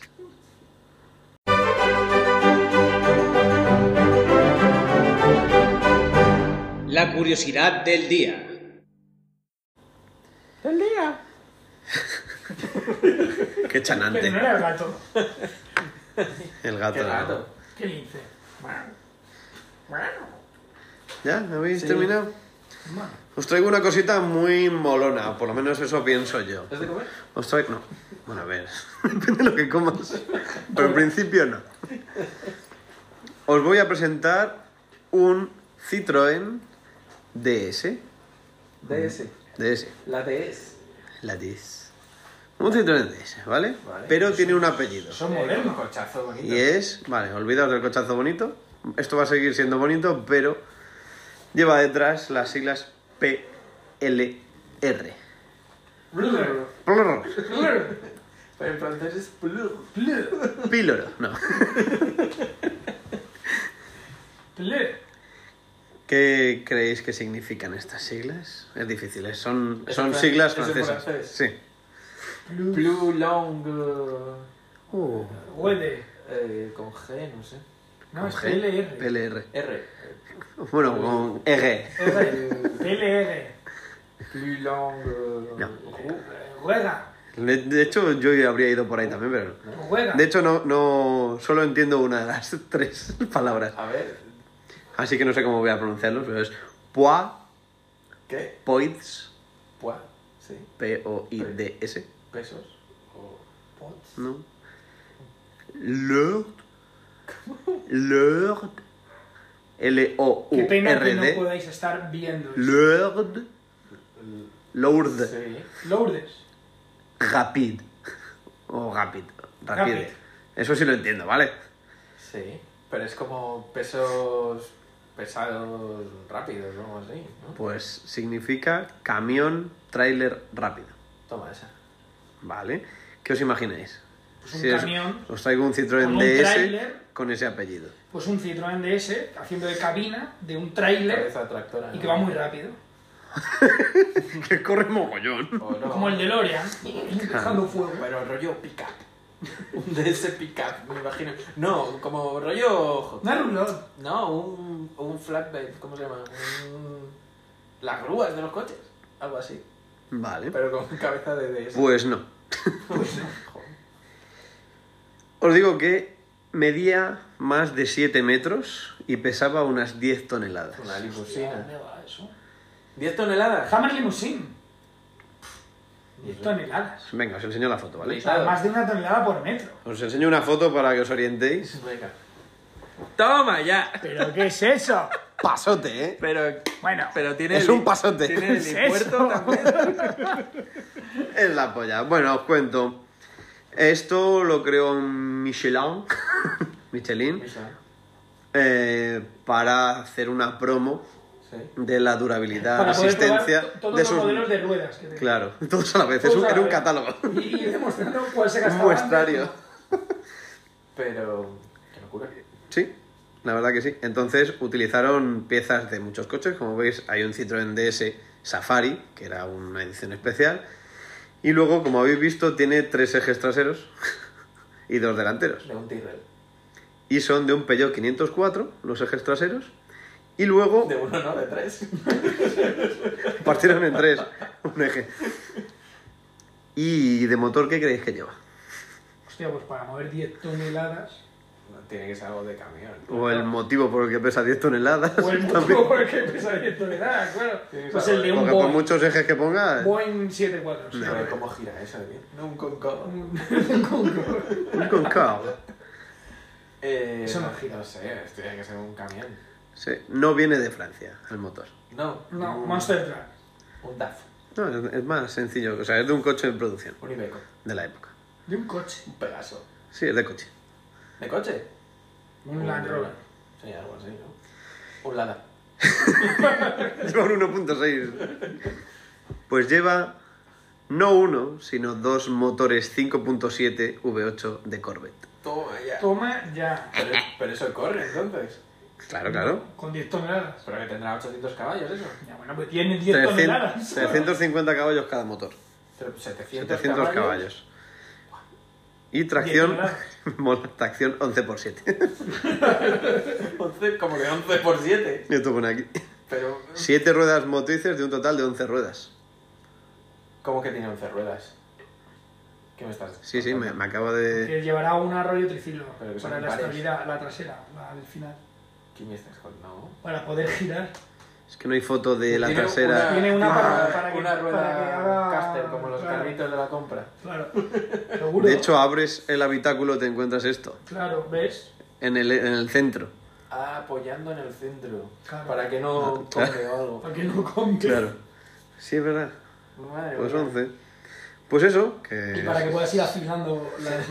La curiosidad del día.
Qué chanante.
Pero no era el gato.
El gato.
Qué rato.
Qué lince. Bueno. Bueno.
¿Ya? ¿Habéis terminado?
Bueno.
Os traigo una cosita muy molona, por lo menos eso pienso yo.
¿Es de comer?
Os traigo... No. Bueno, a ver. Depende de lo que comas. Pero en principio no. Os voy a presentar un Citroën DS. Mm.
DS.
DS.
La DS.
La DS. Un Citroën DS, ¿vale?
Vale.
Pero tiene un apellido.
Son modernos. Cochazo Eh, bonito.
Y es, vale, olvidaos del cochazo bonito. Esto va a seguir siendo bonito, pero lleva detrás las siglas PLR. Plor,
Pero en francés es plug.
Píloro, no.
Ple.
¿Qué creéis que significan estas siglas? Es difícil, es- son,
Es
son
en fran-
siglas
es en
francesas.
francés.
Sí.
Blue long. eh,
Uh,
Huele.
eh, con G, no sé.
No, es
G,
PLR.
PLR.
R.
Bueno, con R.
PLR.
Plus long. eh,
No.
ru-
Juega.
De, de hecho, yo habría ido por ahí también, pero no.
Juega.
De hecho, no, no solo entiendo una de las tres palabras.
A ver.
Así que no sé cómo voy a pronunciarlo, pero es pois,
¿Qué?
poids,
Pua. Sí.
P-O-I-D-S,
Pesos. O pots.
¿no? Lord, Lord,
Qué pena que no
L-O-U-R-D,
podáis estar viendo. esto.
Lord, Lourdes,
Sí.
Lourdes.
Rapid, o Rapid,
Rapid.
Rapid. Eso sí lo entiendo, ¿vale?
Sí. Pero es como pesos pesados rápidos, ¿no? Así, ¿no?
Pues significa camión, tráiler rápido,
Toma esa.
¿vale? ¿Qué os imagináis?
Pues un
Si os-
camión.
os traigo un Citroën
con un tráiler.
DS con ese apellido.
Pues un Citroën DS haciendo de cabina de un tráiler
Cabeza tractora.
y
¿no?
que va muy rápido.
que corre mogollón.
O no.
Como el de Lorian. Dejando fuego.
Pero rollo pick-up. Un DS pickup, me imagino. No, como rollo.
Una reunión.
No, un, un flatbed, ¿cómo se llama? Un- las grúas de los coches, algo así.
Vale.
Pero con cabeza de DS.
Pues no.
Pues
Joder.
Os digo que medía más de 7 metros y pesaba unas 10 toneladas.
Una
Hostia,
limusina.
¿Dónde va eso?
10 toneladas.
Hammer Limousine. 10 toneladas.
Venga, os enseño la foto, ¿vale?
O sea, más de una tonelada por metro.
Os enseño una foto para que os orientéis.
Venga. Toma ya.
¿Pero qué es eso?
Pasote, ¿eh?
Pero,
Bueno,
pero tiene.
Es
el-
un pasote.
Tiene el
¿Qué es
impuesto
eso?
también.
Es la polla. Bueno, os cuento. Esto lo creó Michelin. Michelin. eh, para hacer una promo
Sí.
de la durabilidad,
para poder
resistencia
probar to- todos
de
los
sus.
modelos de ruedas. Que tenía.
Claro, todos a la vez. Es
Todos
un,
a la
era un
vez.
catálogo.
Y, y ir demostrando cuál se
Un
gastaba.
muestrario.
Pero. Qué locura.
Sí, la verdad que sí. Entonces utilizaron piezas de muchos coches. Como veis, hay un Citroën DS Safari, que era una edición especial. Y luego, como habéis visto, tiene tres ejes traseros y dos delanteros.
De un Tyrrell.
Y son de un Peugeot 504, los ejes traseros. Y luego
De uno, no, de tres.
partieron en tres un eje. ¿Y de motor qué creéis que lleva?
Hostia, pues para mover 10 toneladas.
Tiene que ser algo de camión.
O el motivo por el que pesa 10 toneladas.
O pues el
también.
motor por el que pesa 10 toneladas, claro.
Tienes
Pues
algo
el de
de-
un
Porque por
Boeing.
muchos ejes que ponga,
Boeing 74. sí.
A ver cómo gira eso, tío. No, un conco.
Un Concorde.
un concavo.
Eh,
Eso no gira.
No sé, esto tiene que ser un camión.
Sí, no viene de Francia el motor.
No.
No,
un,
Monster Truck.
Un DAF.
No, es- es más sencillo. O sea, es de un coche en producción
Un Ibeco.
de la época.
De un coche.
Un pedazo.
Sí, es de coche.
¿De coche?
Un Land Rover.
Sí, algo así, ¿no? Un Lada.
Lleva un 1.6. Pues lleva no uno, sino dos motores 5.7 V8 de Corvette.
Toma ya.
Toma ya.
Pero, pero eso corre, entonces.
Claro, claro.
Con 10 toneladas.
Pero que tendrá 800 caballos, eso.
Ya, bueno, pues tiene 10
300
toneladas.
350 caballos cada motor.
Pero 700,
700 caballos. Y tracción, mola, tracción 11x7.
11, como que 11 por 7.
Esto pone aquí.
Pero,
7 ruedas motrices de un total de 11 ruedas.
¿cómo que tiene 11 ruedas? ¿Qué me estás
Sí, sí, me,
contando?
me acabo de...
Que llevará un arroyo triciclo
Pero que son
para la
pares.
estabilidad, la trasera, la del final,
¿Quién me estás contando?
para poder girar.
Es que no hay foto de la
Tiene
trasera.
Tiene una para- para que-
una rueda
para que haga-
caster, como los
claro.
carritos de la compra.
Claro, seguro.
De hecho, abres el habitáculo te encuentras esto.
claro, ¿ves?
En el, en el centro.
Ah, apoyando en el centro.
Claro.
Para que no
Ah, claro.
toque o algo.
Para que no compre.
Sí, es verdad.
Madre
Pues
mía.
11. Pues eso,
Y
que...
para que puedas ir afilando las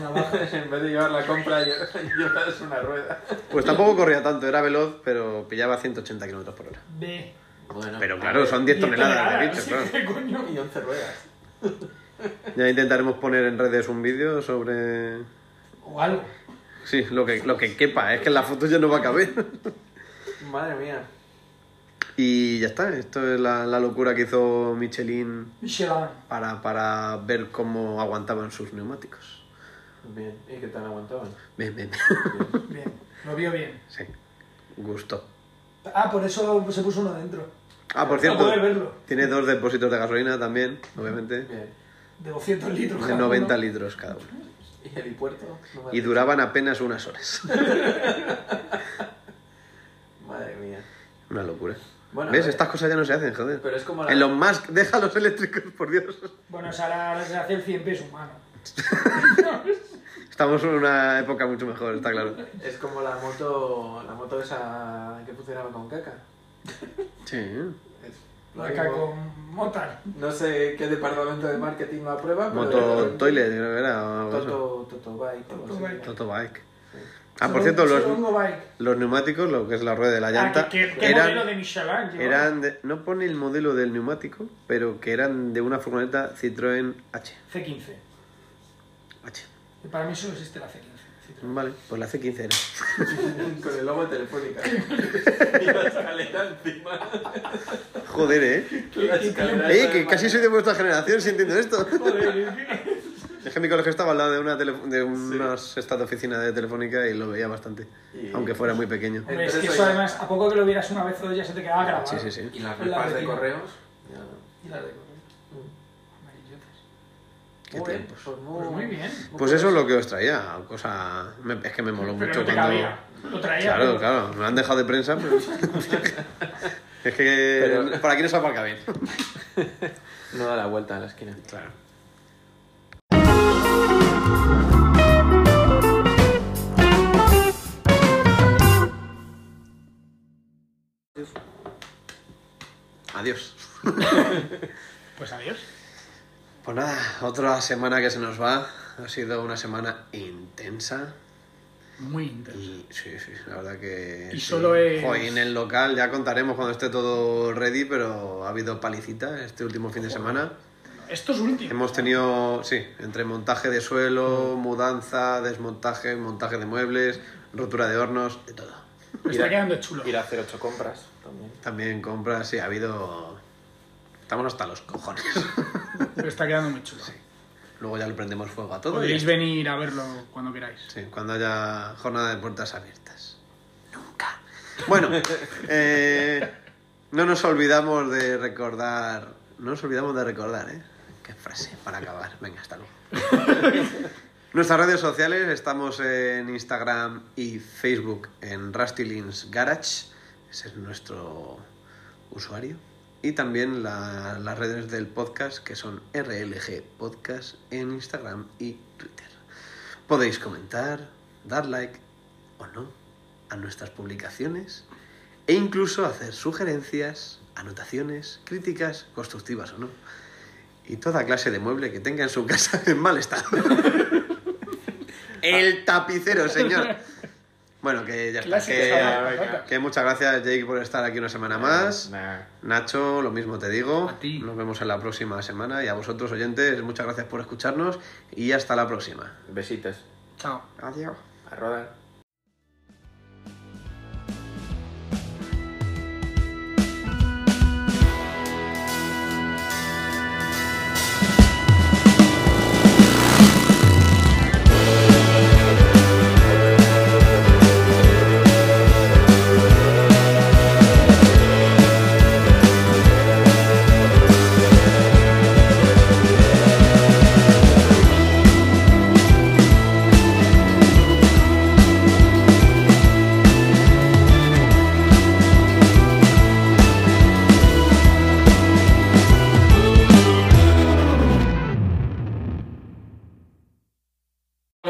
navajas.
en vez de llevar la compra, lle- llevas una rueda.
Pues tampoco corría tanto, era veloz, pero pillaba 180 km por hora.
Ve.
Bueno,
Pero claro, son 10 toneladas de bichos,
sí,
claro.
¿qué coño?
Y 11 ruedas.
Ya intentaremos poner en redes un vídeo sobre...
O algo.
Sí, lo que, lo que quepa, es que en la foto ya no va a caber.
Madre mía.
Y ya está, esto es la, la locura que hizo Michelin
Michelin.
para, para ver cómo aguantaban sus neumáticos.
Bien, ¿y qué tan aguantaban?
Bien, bien,
Bien.
Bien, lo vio bien.
Sí, gusto.
Ah, por eso se puso uno dentro.
Ah, por
Para
cierto,
poder verlo.
tiene dos depósitos de gasolina también, obviamente,
Bien.
De 200 litros.
de
cada
90
uno.
litros cada uno.
¿Y el helipuerto? No me
Y
has
duraban apenas unas horas.
dicho. Madre mía.
Una locura.
Bueno,
¿Ves?
a ver.
Estas cosas ya no se hacen, joder.
Pero es como la-
En los Musk, deja los eléctricos, por Dios.
Bueno, o sea, ahora ahora se hace el 100 pies humano.
Estamos en una época mucho mejor, está claro.
Es como la moto, la moto esa que funcionaba con caca.
Sí.
Es lo
Marca
mismo.
con Motar.
No sé qué departamento de marketing lo aprueba, pero...
Moto Toilet, creo que era. o algo así.
Toto, Toto Bike. algo
Toto
así.
Bike.
Toto Bike. Ah, por cierto,
Solo-
los,
solo un bike.
los neumáticos, lo que es la rueda de la llanta,
Ah, ¿qué, qué- qué modelo de
eran,
Michelin? llevaba?
eran de- no pone el modelo del neumático, pero que eran de una furgoneta Citroën H.
C15.
H.
Y Para mí solo existe la C15. Citroën.
Vale, pues la C15 era.
Con el logo de telefónica. y la escalera encima.
Joder, eh.
La escalera
Eh,
esa de
que casi soy de vuestra generación si entiendo esto.
¿eh? Joder, es que-
Es que mi colegio estaba al lado de una, tele- de una esta oficina de telefónica y lo veía bastante.
Y-
Aunque fuera muy pequeño.
Hombre, es que
Entonces,
eso
oye.
además, a poco que lo vieras una vez o dos ya se te quedaba grabado.
Sí, sí, sí.
Y las
La
repas de
vecina.
correos.
Y la de
Mm.
Amarillotas.
Qué
Muy bien,
tiempos.
pues muy-
Pues muy bien.
Pues eso es lo que os traía. Cosa... me- es que me moló
Pero
mucho
no te
cuando.
cabía. Lo traía.
Claro,
pero-
claro. Me lo han dejado de prensa, pero... es que
Pero-
por aquí no se aparca bien.
No da la vuelta a la esquina.
Claro. Adiós.
Pues adiós.
Pues nada, otra semana que se nos va. Ha sido una semana intensa.
Muy intenso.
Y sí, sí, la verdad que.
Y
sí.
solo es-
Joder, y en el local ya contaremos cuando esté todo ready, pero ha habido palicita este último fin de semana.
Esto es último.
Hemos tenido, sí, entre montaje de suelo,
Mm.
mudanza, desmontaje, montaje de muebles, rotura de hornos, de todo.
Me está
Mira.
quedando chulo.
Ir a hacer ocho compras también.
También compras, sí, ha habido. Estamos hasta los cojones.
Pero está quedando muy chulo.
Luego ya le prendemos fuego a todo. y ya
Podéis
está.
venir a verlo cuando queráis.
Sí, cuando haya jornada de puertas abiertas. Nunca. Bueno, eh, no nos olvidamos de recordar. No nos olvidamos de recordar, ¿eh? Qué frase para acabar. Venga, hasta luego. Nuestras redes sociales estamos en Instagram y Facebook en Rustylins Garage. Ese es nuestro usuario. Y también la- las redes del podcast que son RLG Podcast en Instagram y Twitter. Podéis comentar, dar like o no a nuestras publicaciones e incluso hacer sugerencias, anotaciones, críticas, constructivas o no. Y toda clase de mueble que tenga en su casa en mal estado. El tapicero, señor. Bueno, que ya está.
Clásico.
Que,
venga.
que muchas gracias, Jake, por estar aquí una semana más.
Nah.
Nacho, lo mismo te digo.
A ti.
Nos vemos en la próxima semana. Y a vosotros, oyentes, muchas gracias por escucharnos. Y hasta la próxima.
Besitos.
Chao.
Adiós.
A rodar.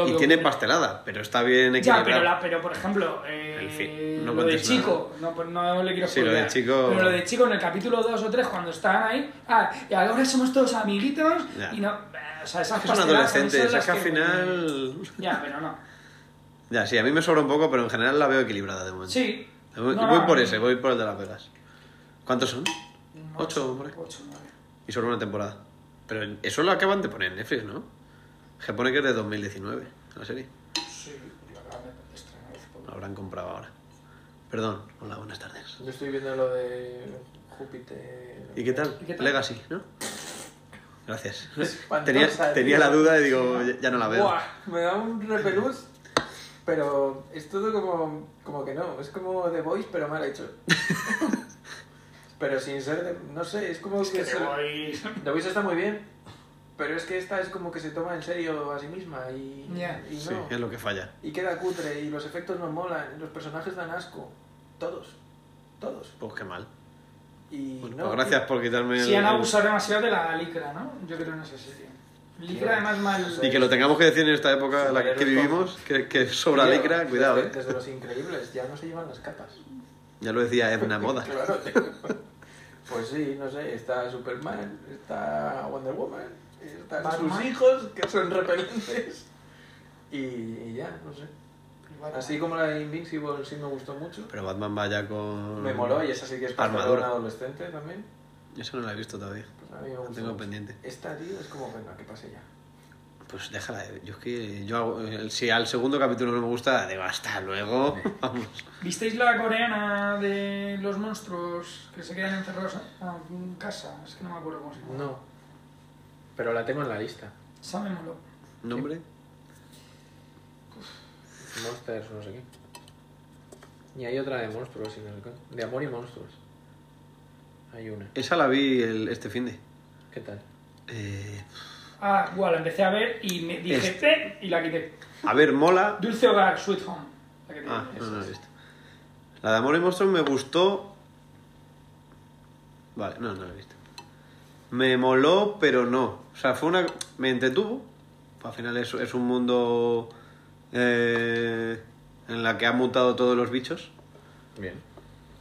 Y tiene pastelada, pero está bien
Ya,
equilibrado.
pero, la, pero por ejemplo, eh,
En fin, no
lo de
cuentes nada.
chico, no, pues no le quiero
Sí, lo de
spoilear,
chico-
Pero lo de chico en el capítulo 2 o 3, cuando estaban ahí, ah, y ahora somos todos amiguitos
Ya.
y no. eh, O sea, esas
Es que son
pasteladas
adolescentes,
son las
es que al final...
Ya, pero no.
Ya, sí, a mí me sobra un poco, pero en general la veo equilibrada de momento.
Sí.
Voy,
No,
voy
no,
por
no.
ese, voy por el de las velas. ¿Cuántos son? Ocho, hombre.
Ocho, nueve.
Y solo una temporada. Pero eso lo acaban de poner en Netflix, ¿no? Se pone que es de 2019, la serie.
Sí, la verdad, me estrenar hace poco.
Lo habrán comprado ahora. Perdón, hola, buenas tardes.
Yo estoy viendo lo de Júpiter.
¿Y qué tal?
¿Y qué tal?
Legacy, ¿no? Gracias.
Espantosa,
Tenía,
tío.
tenía la duda y digo, ya- ya no la veo.
Buah, me da un repelús, pero es todo como, como que no. Es como The Voice, pero mal hecho. pero sin ser, de- no sé, es como
Es que
que...
te
se-
voy.
The Voice está muy bien, pero es que esta es como que se toma en serio a sí misma y,
Ya.
y
Sí,
no.
es lo que falla.
Y queda cutre, y los efectos no molan, y los personajes dan asco. Todos. Todos.
Pues qué mal.
Y
Bueno,
no,
pues gracias por quitarme el...
Si han abusado demasiado de la licra, ¿no? Yo creo en ese sitio. Licra, además, mal.
Y que lo tengamos que decir en esta época en la que, que
Superhéroes
vivimos, que, que sobra
Tío,
licra, cuidado,
desde,
eh.
Desde los increíbles, ya no se llevan las capas.
Ya lo decía Ebna Moda.
Claro, tío. Pues sí, no sé, está Superman, está Wonder Woman, están
Batman.
sus hijos que son repelentes. Y, y ya, no sé. Así como la de Invincible sí me gustó mucho.
Pero Batman vaya con.
Me moló y esa sí que es para un
Mm. Armadura.
adolescente también.
Eso no la he visto todavía.
Pues a mí me
La
gustó
tengo
mucho.
pendiente.
Esta, tío, es como, venga, que pase ya.
Pues déjala. eh. Yo es que. Yo hago, el- si al segundo capítulo no me gusta, digo hasta luego. Vamos.
¿Visteis la coreana de los monstruos que se quedan encerrados en casa? Es que no me acuerdo cómo se llama.
No. Pero la tengo en la lista.
Esa me moló.
¿Nombre?
Monsters, no sé qué. Y hay otra de monstruos y no sé qué. De amor y monstruos. Hay una.
Esa la vi el- este fin de.
¿Qué tal?
Eh,
Ah, igual, la empecé a ver y me dije,
Es-
"Eh", y la quité.
a ver, mola.
Dulce Hogar, Sweet Home. La que te
Ah,
digo.
no, no la he visto. La de Amor y Monstruos me gustó. Vale, no, no la he visto. Me moló, pero no. O sea, fue una. Me entretuvo. Al final es, es un mundo. eh, en la que han mutado todos los bichos.
Bien.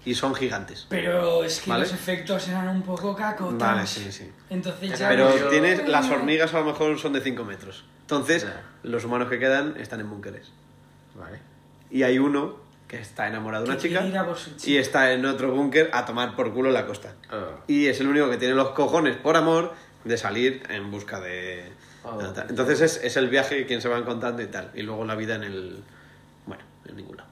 Y son gigantes.
Pero es que
Vale.
los efectos eran un poco cacotas.
Vale, sí, sí.
Entonces ya...
Pero
Yo-
tienes, las hormigas a lo mejor son de 5 metros. Entonces,
Ya.
los humanos que quedan están en búnkeres.
Vale.
Y hay uno que está enamorado de una
Que quiere ir a
chica
por su
y
chica.
está en otro búnker a tomar por culo la costa.
Ah.
Y es el único que tiene los cojones, por amor, de salir en busca de...
Oh.
de tal. Entonces es, es el viaje que quien se va encontrando y tal. Y luego la vida en el... Bueno, en ningún lado.